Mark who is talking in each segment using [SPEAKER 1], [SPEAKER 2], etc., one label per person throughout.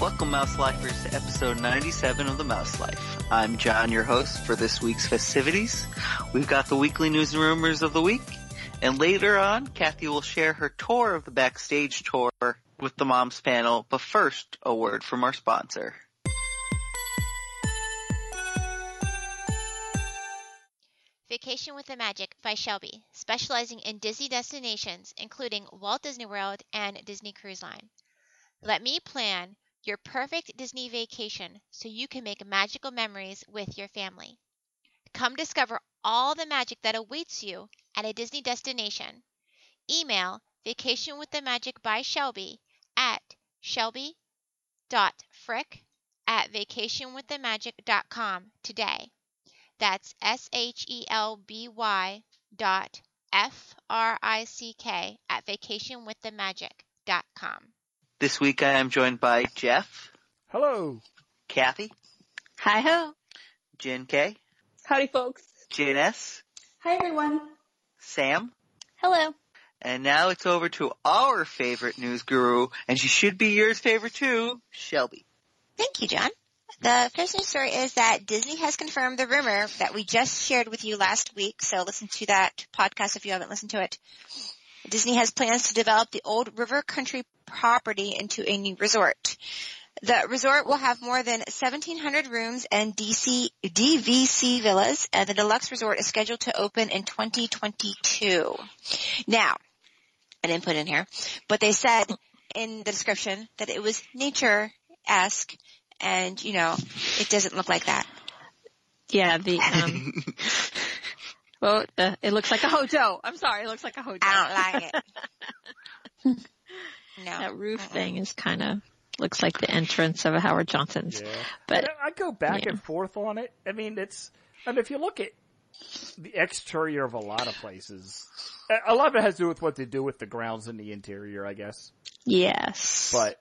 [SPEAKER 1] Welcome, Mouse Lifers, to episode 97 of The Mouse Life. I'm John, your host for this week's festivities. We've got the weekly news and rumors of the week, and later on, Kathy will share her tour of the backstage tour with the moms panel, but first, a word from our sponsor.
[SPEAKER 2] Vacation with the Magic by Shelby, specializing in Disney destinations, including Walt Disney World and Disney Cruise Line. Let me plan your perfect Disney vacation so you can make magical memories with your family. Come discover all the magic that awaits you at a Disney destination. Email Vacation with the Magic by Shelby at shelby.frick at vacationwiththemagic.com today. That's S H E L B Y dot F R I C K at vacationwiththemagic.com.
[SPEAKER 1] This week I am joined by Jeff,
[SPEAKER 3] Hello.
[SPEAKER 1] Kathy,
[SPEAKER 4] Hi ho.
[SPEAKER 1] Jen K,
[SPEAKER 5] Howdy, folks.
[SPEAKER 1] Jane S,
[SPEAKER 6] Hi everyone.
[SPEAKER 1] Sam,
[SPEAKER 4] Hello.
[SPEAKER 1] and now it's over to our favorite news guru, and she should be yours favorite too, Shelby.
[SPEAKER 4] Thank you, John. The first news story is that Disney has confirmed the rumor that we just shared with you last week, so listen to that podcast if you haven't listened to it. Disney has plans to develop the old River Country property into a new resort. The resort will have more than 1,700 rooms and DC, DVC villas, and the deluxe resort is scheduled to open in 2022. Now, I didn't put in here, but they said in the description that it was nature-esque, and you know, it doesn't look like that.
[SPEAKER 5] Yeah, the um, well, the, it looks like a hotel. I'm sorry, it looks like a hotel.
[SPEAKER 4] I don't like it. no.
[SPEAKER 5] That roof thing is kind of looks like the entrance of a Howard Johnson's. But
[SPEAKER 3] I, I go back
[SPEAKER 5] yeah.
[SPEAKER 3] and forth on it. I mean, it's, and if you look at the exterior of a lot of places, a- a lot of it has to do with what they do with the grounds and the interior, I guess.
[SPEAKER 5] yes,
[SPEAKER 3] But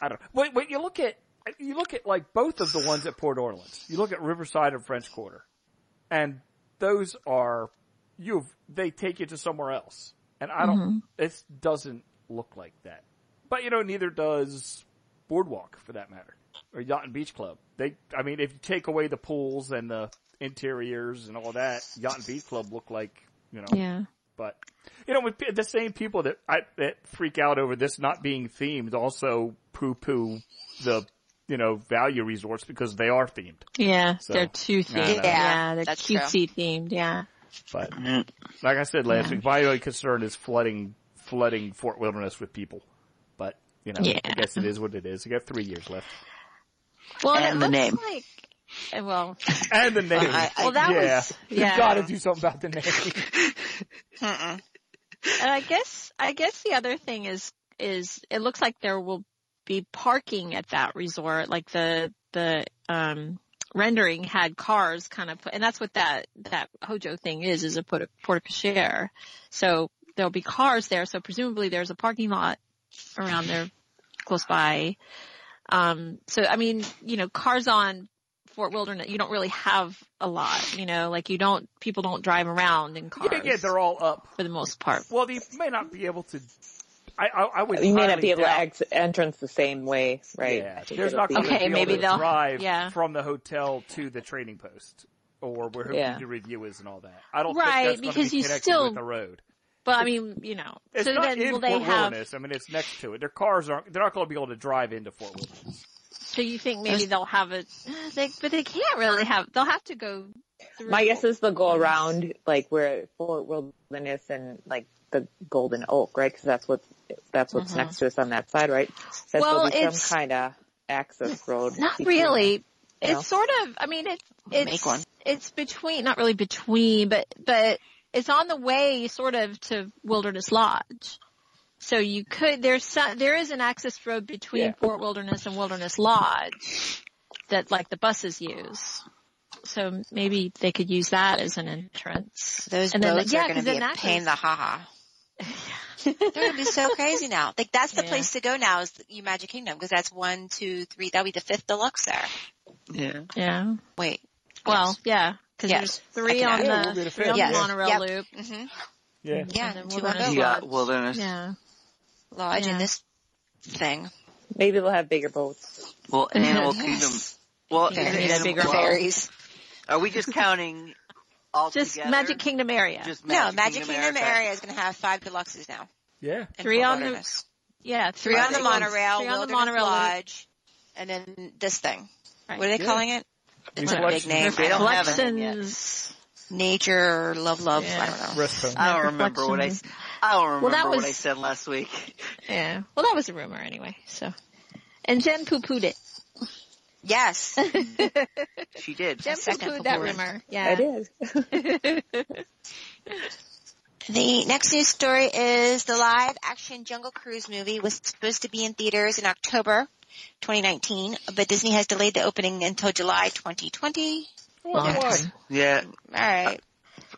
[SPEAKER 3] I don't. Wait, wait. You look at you look at like both of the ones at Port Orleans. You look at Riverside and French Quarter, and those are you've they take you to somewhere else, and I don't. This doesn't look like that. But you know, neither does Boardwalk for that matter, or Yacht and Beach Club. They, I mean, if you take away the pools and the interiors and all that, Yacht and Beach Club look like you know
[SPEAKER 5] yeah,
[SPEAKER 3] but you know, with pe- the same people that I, that freak out over this not being themed also poo poo the you know value resorts because they are themed.
[SPEAKER 5] yeah,
[SPEAKER 3] So,
[SPEAKER 5] they're too
[SPEAKER 3] I don't
[SPEAKER 5] themed.
[SPEAKER 3] know.
[SPEAKER 5] Yeah,
[SPEAKER 4] Yeah,
[SPEAKER 5] they're
[SPEAKER 4] that's
[SPEAKER 5] cutesy themed. Yeah,
[SPEAKER 3] But like I said last
[SPEAKER 5] Yeah.
[SPEAKER 3] week, my only concern is flooding flooding Fort Wilderness with people. But you know,
[SPEAKER 5] Yeah.
[SPEAKER 3] I guess it is what it is. You got three years left,
[SPEAKER 5] well,
[SPEAKER 1] And
[SPEAKER 5] it
[SPEAKER 1] the
[SPEAKER 5] looks
[SPEAKER 1] name.
[SPEAKER 5] Like, eh, well,
[SPEAKER 3] and the name.
[SPEAKER 4] I- I-
[SPEAKER 5] well, that
[SPEAKER 3] yeah,
[SPEAKER 5] was
[SPEAKER 3] you
[SPEAKER 5] yeah.
[SPEAKER 3] got to do something about the name.
[SPEAKER 4] Mm-mm.
[SPEAKER 5] And I guess I guess the other thing is is it looks like there will be parking at that resort. Like the the um rendering had cars kind of put, and that's what that that Hojo thing is is a port port of share. So there'll be cars there. So presumably there's a parking lot around there close by. Um so I mean, you know, cars on Fort Wilderness, you don't really have a lot, you know, like you don't, people don't drive around in cars
[SPEAKER 3] yeah, yeah, they're all up.
[SPEAKER 5] for the most part.
[SPEAKER 3] Well, they may not be able to. I I, I would.
[SPEAKER 7] You may not
[SPEAKER 3] highly
[SPEAKER 7] be able
[SPEAKER 3] doubt-
[SPEAKER 7] to ex- entrance the same way, right?
[SPEAKER 3] Yeah,
[SPEAKER 7] I think
[SPEAKER 3] there's
[SPEAKER 7] it'll
[SPEAKER 3] not
[SPEAKER 7] be-
[SPEAKER 3] going to
[SPEAKER 5] Okay,
[SPEAKER 3] be
[SPEAKER 5] maybe
[SPEAKER 3] able to
[SPEAKER 5] they'll-
[SPEAKER 3] drive
[SPEAKER 5] yeah.
[SPEAKER 3] from the hotel to the trading post or where
[SPEAKER 7] Yeah.
[SPEAKER 3] the review is and all that. I don't
[SPEAKER 5] Right,
[SPEAKER 3] think that's gonna
[SPEAKER 5] because
[SPEAKER 3] be
[SPEAKER 5] you
[SPEAKER 3] connected
[SPEAKER 5] still-
[SPEAKER 3] with the road.
[SPEAKER 5] But I mean, you know,
[SPEAKER 3] It's
[SPEAKER 5] so
[SPEAKER 3] not
[SPEAKER 5] then
[SPEAKER 3] in
[SPEAKER 5] will they
[SPEAKER 3] Fort
[SPEAKER 5] have?
[SPEAKER 3] Wilderness. I mean, it's next to it. Their cars aren't. They're not going to be able to drive into Fort Wilderness.
[SPEAKER 5] So you think maybe they'll have a? They, but they can't really have. They'll have to go. Through.
[SPEAKER 7] My guess is they'll go around like where Fort Wilderness and like the Golden Oak, right? Because that's what's that's what's
[SPEAKER 5] Mhm.
[SPEAKER 7] next to us on that side, right? That
[SPEAKER 5] Well,
[SPEAKER 7] there'll be
[SPEAKER 5] it's-
[SPEAKER 7] some kind of access road.
[SPEAKER 5] not
[SPEAKER 7] between-
[SPEAKER 5] really.
[SPEAKER 7] you know?
[SPEAKER 5] It's sort of. I mean, it's it's
[SPEAKER 4] Make one.
[SPEAKER 5] it's between. Not really between, but but it's on the way, sort of, to Wilderness Lodge. So you could there's some, there is an access road between
[SPEAKER 7] Yeah.
[SPEAKER 5] Fort Wilderness and Wilderness Lodge that like the buses use. So maybe they could use that as an entrance.
[SPEAKER 4] Those
[SPEAKER 5] And then-
[SPEAKER 4] boats
[SPEAKER 5] yeah,
[SPEAKER 4] are going to
[SPEAKER 5] 'cause
[SPEAKER 4] be
[SPEAKER 5] then
[SPEAKER 4] a
[SPEAKER 5] that
[SPEAKER 4] pain in
[SPEAKER 5] goes-
[SPEAKER 4] the haha. They're going to be so crazy now. Like that's the
[SPEAKER 5] Yeah.
[SPEAKER 4] place to go now is the Magic Kingdom because that's one, two, three. That'll be the fifth deluxe there.
[SPEAKER 1] Yeah.
[SPEAKER 5] Yeah.
[SPEAKER 4] Wait.
[SPEAKER 5] Well, yeah, because
[SPEAKER 4] Yes.
[SPEAKER 5] there's three
[SPEAKER 4] I
[SPEAKER 5] on
[SPEAKER 4] can-
[SPEAKER 3] Yeah, we'll be
[SPEAKER 5] the
[SPEAKER 3] the
[SPEAKER 5] three on
[SPEAKER 4] fifth.
[SPEAKER 5] the
[SPEAKER 4] Yes.
[SPEAKER 5] monorail
[SPEAKER 4] Yep.
[SPEAKER 5] loop.
[SPEAKER 4] Mm-hmm.
[SPEAKER 3] Yeah.
[SPEAKER 4] Yeah,
[SPEAKER 5] and then
[SPEAKER 4] two
[SPEAKER 5] Wilderness
[SPEAKER 4] on
[SPEAKER 5] Lodge.
[SPEAKER 1] Yeah,
[SPEAKER 4] Lodge,
[SPEAKER 1] wilderness.
[SPEAKER 5] Yeah.
[SPEAKER 4] Lodge
[SPEAKER 5] Yeah.
[SPEAKER 4] and this thing.
[SPEAKER 7] Maybe they'll have bigger boats.
[SPEAKER 1] Well, Animal Kingdom.
[SPEAKER 4] Yes.
[SPEAKER 1] Well,
[SPEAKER 5] Yeah,
[SPEAKER 1] is it
[SPEAKER 5] need a
[SPEAKER 1] Animal-
[SPEAKER 5] bigger
[SPEAKER 1] well,
[SPEAKER 4] Fairies.
[SPEAKER 1] Are we just counting all
[SPEAKER 5] Just
[SPEAKER 1] together?
[SPEAKER 5] Magic Kingdom area.
[SPEAKER 1] Just
[SPEAKER 4] no, Magic Kingdom area is going to have five deluxes now.
[SPEAKER 3] Yeah.
[SPEAKER 4] and
[SPEAKER 5] Three
[SPEAKER 4] four
[SPEAKER 5] on the-
[SPEAKER 4] wilderness.
[SPEAKER 5] yeah,
[SPEAKER 4] three on the
[SPEAKER 5] big ones.
[SPEAKER 4] monorail,
[SPEAKER 5] Three on the
[SPEAKER 4] Wilderness
[SPEAKER 5] monorail.
[SPEAKER 4] Lodge, and then this thing.
[SPEAKER 5] Right.
[SPEAKER 4] What are they
[SPEAKER 3] Yeah.
[SPEAKER 4] calling it? It's
[SPEAKER 3] These
[SPEAKER 4] a big
[SPEAKER 3] collections-
[SPEAKER 4] name.
[SPEAKER 1] They don't have a name yet.
[SPEAKER 5] Collections.
[SPEAKER 4] Nature, love, love. I
[SPEAKER 5] Yeah.
[SPEAKER 4] don't know.
[SPEAKER 3] Rest home.
[SPEAKER 1] I don't remember what I. s- I don't remember
[SPEAKER 5] Well, that
[SPEAKER 1] what I
[SPEAKER 5] was-
[SPEAKER 1] said last week.
[SPEAKER 5] Yeah. Well, that was a rumor anyway. So, and Jen poo pooed it.
[SPEAKER 4] Yes.
[SPEAKER 1] She did.
[SPEAKER 5] Jen poo
[SPEAKER 4] second
[SPEAKER 5] pooed that
[SPEAKER 4] poo-pooed.
[SPEAKER 5] rumor.
[SPEAKER 7] I
[SPEAKER 5] Yeah.
[SPEAKER 7] did.
[SPEAKER 4] The next news story is the live action Jungle Cruise movie was supposed to be in theaters in October 2019, but Disney has delayed the opening until July 2020.
[SPEAKER 5] Long
[SPEAKER 3] Why?
[SPEAKER 5] time.
[SPEAKER 1] Yeah,
[SPEAKER 4] All right.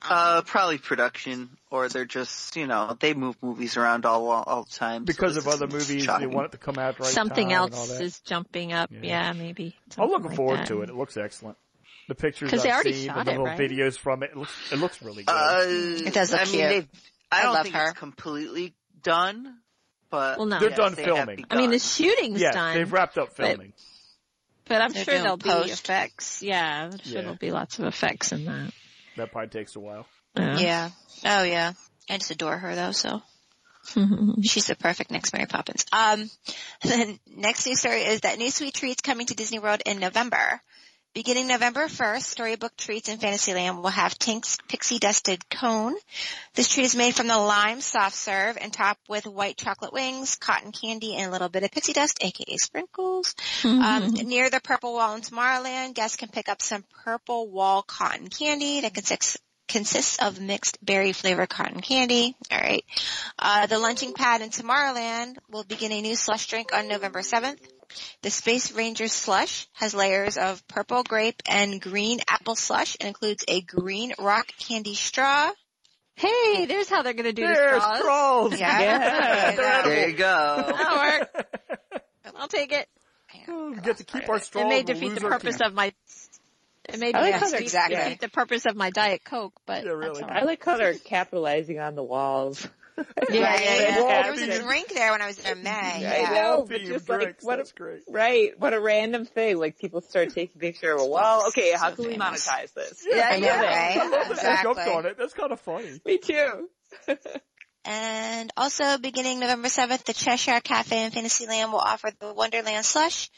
[SPEAKER 1] uh, probably production, or they're just you know they move movies around all all the time so
[SPEAKER 3] Because
[SPEAKER 1] this
[SPEAKER 3] of other
[SPEAKER 1] isn't
[SPEAKER 3] movies, they
[SPEAKER 1] shocking.
[SPEAKER 3] want it to come out right.
[SPEAKER 5] Something
[SPEAKER 3] time and all
[SPEAKER 5] else
[SPEAKER 3] that.
[SPEAKER 5] is jumping up.
[SPEAKER 3] Yeah.
[SPEAKER 5] Yeah, maybe.
[SPEAKER 3] I'm
[SPEAKER 5] Something
[SPEAKER 3] looking
[SPEAKER 5] like
[SPEAKER 3] forward
[SPEAKER 5] that.
[SPEAKER 3] to it. It looks excellent. The pictures
[SPEAKER 5] 'Cause they
[SPEAKER 3] I've
[SPEAKER 5] already
[SPEAKER 3] seen
[SPEAKER 5] shot
[SPEAKER 3] and the
[SPEAKER 5] it,
[SPEAKER 3] little
[SPEAKER 5] right?
[SPEAKER 3] videos from it, it looks, it looks really good.
[SPEAKER 1] Uh,
[SPEAKER 4] It does look
[SPEAKER 1] I
[SPEAKER 4] cute.
[SPEAKER 1] mean, they've. I,
[SPEAKER 4] I
[SPEAKER 1] don't
[SPEAKER 4] love
[SPEAKER 1] think
[SPEAKER 4] her.
[SPEAKER 1] it's completely done, but
[SPEAKER 5] Well, no.
[SPEAKER 3] They're
[SPEAKER 1] yes,
[SPEAKER 3] done
[SPEAKER 1] they have
[SPEAKER 3] filming.
[SPEAKER 5] I mean,
[SPEAKER 1] begun.
[SPEAKER 5] the shooting's
[SPEAKER 3] yeah,
[SPEAKER 5] done,
[SPEAKER 3] they've wrapped up filming.
[SPEAKER 5] but I'm
[SPEAKER 4] They're
[SPEAKER 5] sure
[SPEAKER 4] doing
[SPEAKER 5] there'll
[SPEAKER 4] post.
[SPEAKER 5] be effects. Yeah, I'm sure
[SPEAKER 3] Yeah.
[SPEAKER 5] there'll be lots of effects in that.
[SPEAKER 3] That probably takes a while.
[SPEAKER 5] Yeah.
[SPEAKER 4] Yeah. Oh yeah. I just adore her though, so. She's the perfect next Mary Poppins. Um, the next news story is that new sweet treats coming to Disney World in November. Beginning November 1st, Storybook Treats in Fantasyland will have Tink's Pixie Dusted Cone. This treat is made from the lime soft serve and topped with white chocolate wings, cotton candy, and a little bit of pixie dust, aka sprinkles. Um, near the purple wall in Tomorrowland, guests can pick up some purple wall cotton candy that consists consists of mixed berry flavored cotton candy. All right. Uh, the lunching pad in Tomorrowland will begin a new slush drink on November 7th. The Space Ranger slush has layers of purple grape and green apple slush and includes a green rock candy straw.
[SPEAKER 5] hey, there's how they're gonna do
[SPEAKER 3] There's
[SPEAKER 5] the straws.
[SPEAKER 3] scrolls.
[SPEAKER 4] Oh, Yeah.
[SPEAKER 3] Yeah, they're
[SPEAKER 4] Yeah.
[SPEAKER 1] there you go.
[SPEAKER 5] That'll work. I'll take it.
[SPEAKER 3] We get to keep our straw.
[SPEAKER 5] It may
[SPEAKER 3] and we'll
[SPEAKER 5] defeat
[SPEAKER 3] lose
[SPEAKER 5] the
[SPEAKER 3] our
[SPEAKER 5] purpose
[SPEAKER 3] teeth.
[SPEAKER 5] of my. It may
[SPEAKER 7] I like
[SPEAKER 5] defeat-
[SPEAKER 7] how they're
[SPEAKER 4] exactly-
[SPEAKER 5] defeat the purpose of my diet coke, but
[SPEAKER 3] Yeah, really.
[SPEAKER 5] that's all
[SPEAKER 7] I
[SPEAKER 5] right.
[SPEAKER 7] like how they're capitalizing on the walls.
[SPEAKER 5] Yeah,
[SPEAKER 4] Right.
[SPEAKER 5] yeah,
[SPEAKER 7] yeah.
[SPEAKER 4] There was a
[SPEAKER 7] Happiness.
[SPEAKER 4] drink there when I was there in May.
[SPEAKER 7] I
[SPEAKER 4] Yeah.
[SPEAKER 7] know, but
[SPEAKER 3] Being
[SPEAKER 7] just like
[SPEAKER 3] drinks,
[SPEAKER 7] what
[SPEAKER 3] that's
[SPEAKER 7] a,
[SPEAKER 3] great.
[SPEAKER 7] right, what a random thing. Like people start taking picture. Well, okay, how
[SPEAKER 4] So
[SPEAKER 7] can we
[SPEAKER 4] famous.
[SPEAKER 7] monetize this?
[SPEAKER 4] I
[SPEAKER 7] I
[SPEAKER 4] know,
[SPEAKER 7] love it.
[SPEAKER 4] right?
[SPEAKER 3] I love that they jumped
[SPEAKER 4] Exactly.
[SPEAKER 3] on it. That's kind of funny.
[SPEAKER 7] Me too.
[SPEAKER 4] And also beginning November 7th, the Cheshire Cafe in Fantasyland will offer the Wonderland slush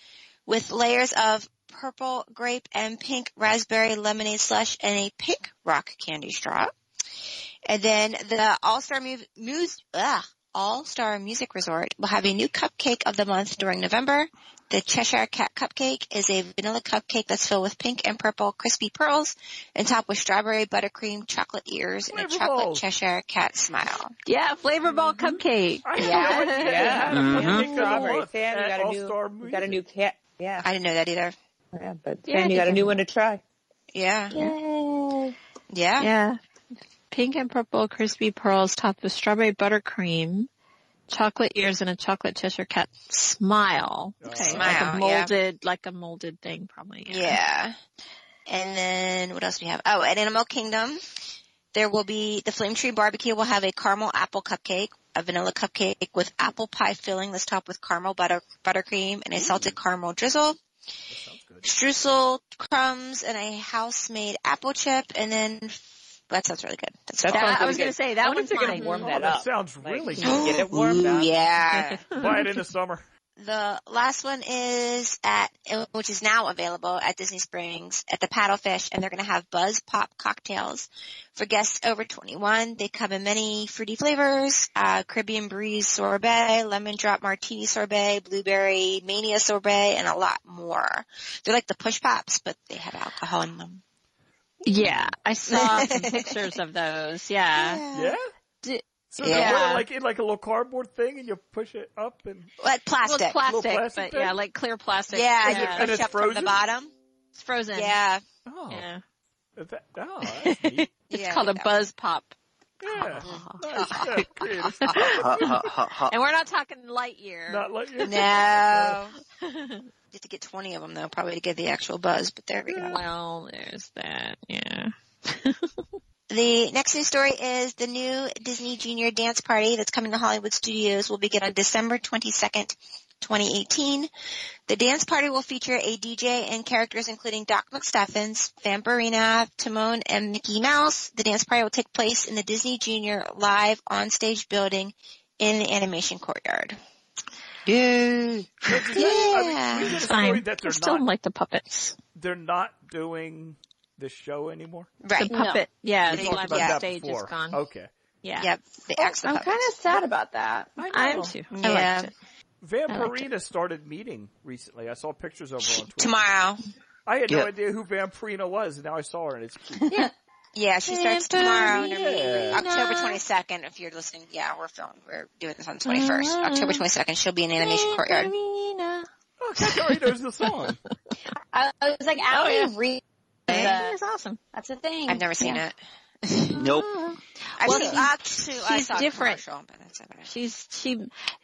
[SPEAKER 4] with layers of purple grape and pink raspberry lemonade slush and a pink rock candy straw. And then the All-Star Mu- Muse, ugh, All-Star Music Resort will have a new cupcake of the month during November. The Cheshire Cat Cupcake is a vanilla cupcake that's filled with pink and purple crispy pearls and topped with strawberry buttercream, chocolate ears, and a
[SPEAKER 3] Flavorful.
[SPEAKER 4] chocolate Cheshire Cat smile.
[SPEAKER 5] Yeah, flavor ball
[SPEAKER 4] Mm-hmm.
[SPEAKER 5] cupcake.
[SPEAKER 3] I
[SPEAKER 4] Yeah.
[SPEAKER 3] had no idea they had a
[SPEAKER 5] Mm-hmm.
[SPEAKER 1] Yeah.
[SPEAKER 3] pancake of the
[SPEAKER 7] Strawberry.
[SPEAKER 3] month
[SPEAKER 7] Sam, you
[SPEAKER 3] at
[SPEAKER 7] got a
[SPEAKER 3] All-Star
[SPEAKER 7] new, you got a
[SPEAKER 3] Music.
[SPEAKER 7] new cat. Yeah,
[SPEAKER 4] I didn't know that either.
[SPEAKER 7] yeah, but
[SPEAKER 5] Yeah, I
[SPEAKER 7] Sam, you
[SPEAKER 5] think
[SPEAKER 7] got a
[SPEAKER 5] I
[SPEAKER 7] new
[SPEAKER 5] know.
[SPEAKER 7] one to try.
[SPEAKER 4] Yeah.
[SPEAKER 5] Yay.
[SPEAKER 4] Yeah.
[SPEAKER 5] Yeah. Pink and purple crispy pearls topped with strawberry buttercream, chocolate ears, and a chocolate Cheshire cat smile.
[SPEAKER 3] Okay.
[SPEAKER 5] Like a
[SPEAKER 4] Smile, yeah.
[SPEAKER 5] molded, like a molded thing probably.
[SPEAKER 4] Yeah. And then what else do we have? Oh, at Animal Kingdom, there will be the Flame Tree Barbecue will have a caramel apple cupcake, a vanilla cupcake with apple pie filling that's topped with caramel butter buttercream
[SPEAKER 5] Mm.
[SPEAKER 4] and a salted caramel drizzle,
[SPEAKER 3] That sounds good.
[SPEAKER 4] streusel crumbs and a house-made apple chip and then that sounds really good. That's
[SPEAKER 7] That
[SPEAKER 5] That-
[SPEAKER 7] sounds
[SPEAKER 5] I was gonna
[SPEAKER 7] really good.
[SPEAKER 5] say
[SPEAKER 7] I
[SPEAKER 5] that
[SPEAKER 7] wonder if
[SPEAKER 5] one's
[SPEAKER 7] they're gonna
[SPEAKER 5] mine.
[SPEAKER 7] warm
[SPEAKER 3] Oh,
[SPEAKER 7] that
[SPEAKER 3] that
[SPEAKER 7] up.
[SPEAKER 3] sounds
[SPEAKER 7] Like,
[SPEAKER 3] really
[SPEAKER 7] you
[SPEAKER 3] good.
[SPEAKER 7] know, get it warmed up.
[SPEAKER 4] Ooh,
[SPEAKER 5] Uh,
[SPEAKER 4] yeah.
[SPEAKER 3] Buy it in the summer.
[SPEAKER 4] The last one is at, which is now available at Disney Springs at the Paddlefish and they're going to have Buzz Pop cocktails for guests over 21. They come in many fruity flavors, uh, Caribbean Breeze sorbet, lemon drop martini sorbet, blueberry mania sorbet, and a lot more. They're like the push pops, but they have alcohol in them.
[SPEAKER 5] Yeah. I saw some pictures of those. Yeah.
[SPEAKER 3] Yeah.
[SPEAKER 5] D-
[SPEAKER 3] So they're
[SPEAKER 4] Yeah.
[SPEAKER 3] really like in like a little cardboard thing, and you push it up, and
[SPEAKER 4] Like
[SPEAKER 5] Well,
[SPEAKER 4] plastic.
[SPEAKER 5] it's plastic,
[SPEAKER 3] Little plastic
[SPEAKER 5] but yeah,
[SPEAKER 3] thing?
[SPEAKER 5] like clear plastic.
[SPEAKER 4] yeah,
[SPEAKER 5] Yeah.
[SPEAKER 4] you
[SPEAKER 3] And
[SPEAKER 4] push
[SPEAKER 3] it's
[SPEAKER 4] up from
[SPEAKER 3] frozen?
[SPEAKER 4] the bottom.
[SPEAKER 5] It's frozen.
[SPEAKER 4] Yeah.
[SPEAKER 3] oh,
[SPEAKER 5] Yeah.
[SPEAKER 3] that, oh that's neat.
[SPEAKER 5] It's
[SPEAKER 4] Yeah,
[SPEAKER 5] called
[SPEAKER 4] I
[SPEAKER 5] a
[SPEAKER 4] think that
[SPEAKER 5] buzz pop.
[SPEAKER 3] Yeah,
[SPEAKER 5] Oh
[SPEAKER 3] nice. Yeah, creative stuff.
[SPEAKER 1] Ha, ha, ha, ha.
[SPEAKER 5] And we're not talking light year.
[SPEAKER 3] Not like you.
[SPEAKER 4] No. You have to get 20 of them though, probably to get the actual buzz, but there we go.
[SPEAKER 7] Mm.
[SPEAKER 5] Well, there's that. Yeah.
[SPEAKER 4] The next news story is the new Disney Junior Dance Party that's coming to Hollywood Studios will begin on December 22nd 2018. The dance party will feature a DJ and characters including Doc McStuffins, Vampirina, Timon, and Mickey Mouse. The dance party will take place in the Disney Junior live onstage building in the animation courtyard.
[SPEAKER 1] Yay!
[SPEAKER 3] I mean, we
[SPEAKER 4] Yeah.
[SPEAKER 3] get a story
[SPEAKER 5] Fine.
[SPEAKER 3] that
[SPEAKER 5] I
[SPEAKER 3] they're
[SPEAKER 5] still
[SPEAKER 3] not,
[SPEAKER 5] like the puppets.
[SPEAKER 3] they're not doing the show anymore.
[SPEAKER 5] The
[SPEAKER 4] Right.
[SPEAKER 7] No.
[SPEAKER 5] puppet, yeah,
[SPEAKER 3] We
[SPEAKER 5] the
[SPEAKER 4] talked
[SPEAKER 5] live
[SPEAKER 4] about
[SPEAKER 5] on
[SPEAKER 4] that
[SPEAKER 5] stage is
[SPEAKER 3] before. Oh.
[SPEAKER 5] gone.
[SPEAKER 3] Okay.
[SPEAKER 5] Yeah.
[SPEAKER 4] Yep. The acts
[SPEAKER 7] I'm
[SPEAKER 4] of
[SPEAKER 7] kind of sad about that.
[SPEAKER 5] I am too. I
[SPEAKER 4] Yeah.
[SPEAKER 5] liked it. liked
[SPEAKER 3] Vampirina started meeting recently. I saw pictures of her on Twitter.
[SPEAKER 4] tomorrow.
[SPEAKER 3] I had
[SPEAKER 1] Yeah.
[SPEAKER 3] no idea who Vampirina was, and now I saw her, and it's cute.
[SPEAKER 7] Yeah.
[SPEAKER 4] Yeah, she starts tomorrow. in her meeting.
[SPEAKER 3] Yeah.
[SPEAKER 4] October 22nd, if you're listening. Yeah, we're filming. We're doing this on the 21st. October 22nd, she'll be in Animation Courtyard.
[SPEAKER 5] Ballerina.
[SPEAKER 3] Oh, Kakariko knows the song.
[SPEAKER 7] I, I was like, I don't even read
[SPEAKER 5] That
[SPEAKER 7] that.
[SPEAKER 5] is awesome.
[SPEAKER 7] That's the thing.
[SPEAKER 4] I've never seen it.
[SPEAKER 1] Nope.
[SPEAKER 4] I've
[SPEAKER 5] Well,
[SPEAKER 4] seen
[SPEAKER 5] she's-
[SPEAKER 4] actually, I
[SPEAKER 5] she's
[SPEAKER 4] saw a
[SPEAKER 5] different.
[SPEAKER 4] commercial, but that's about it.
[SPEAKER 5] She's she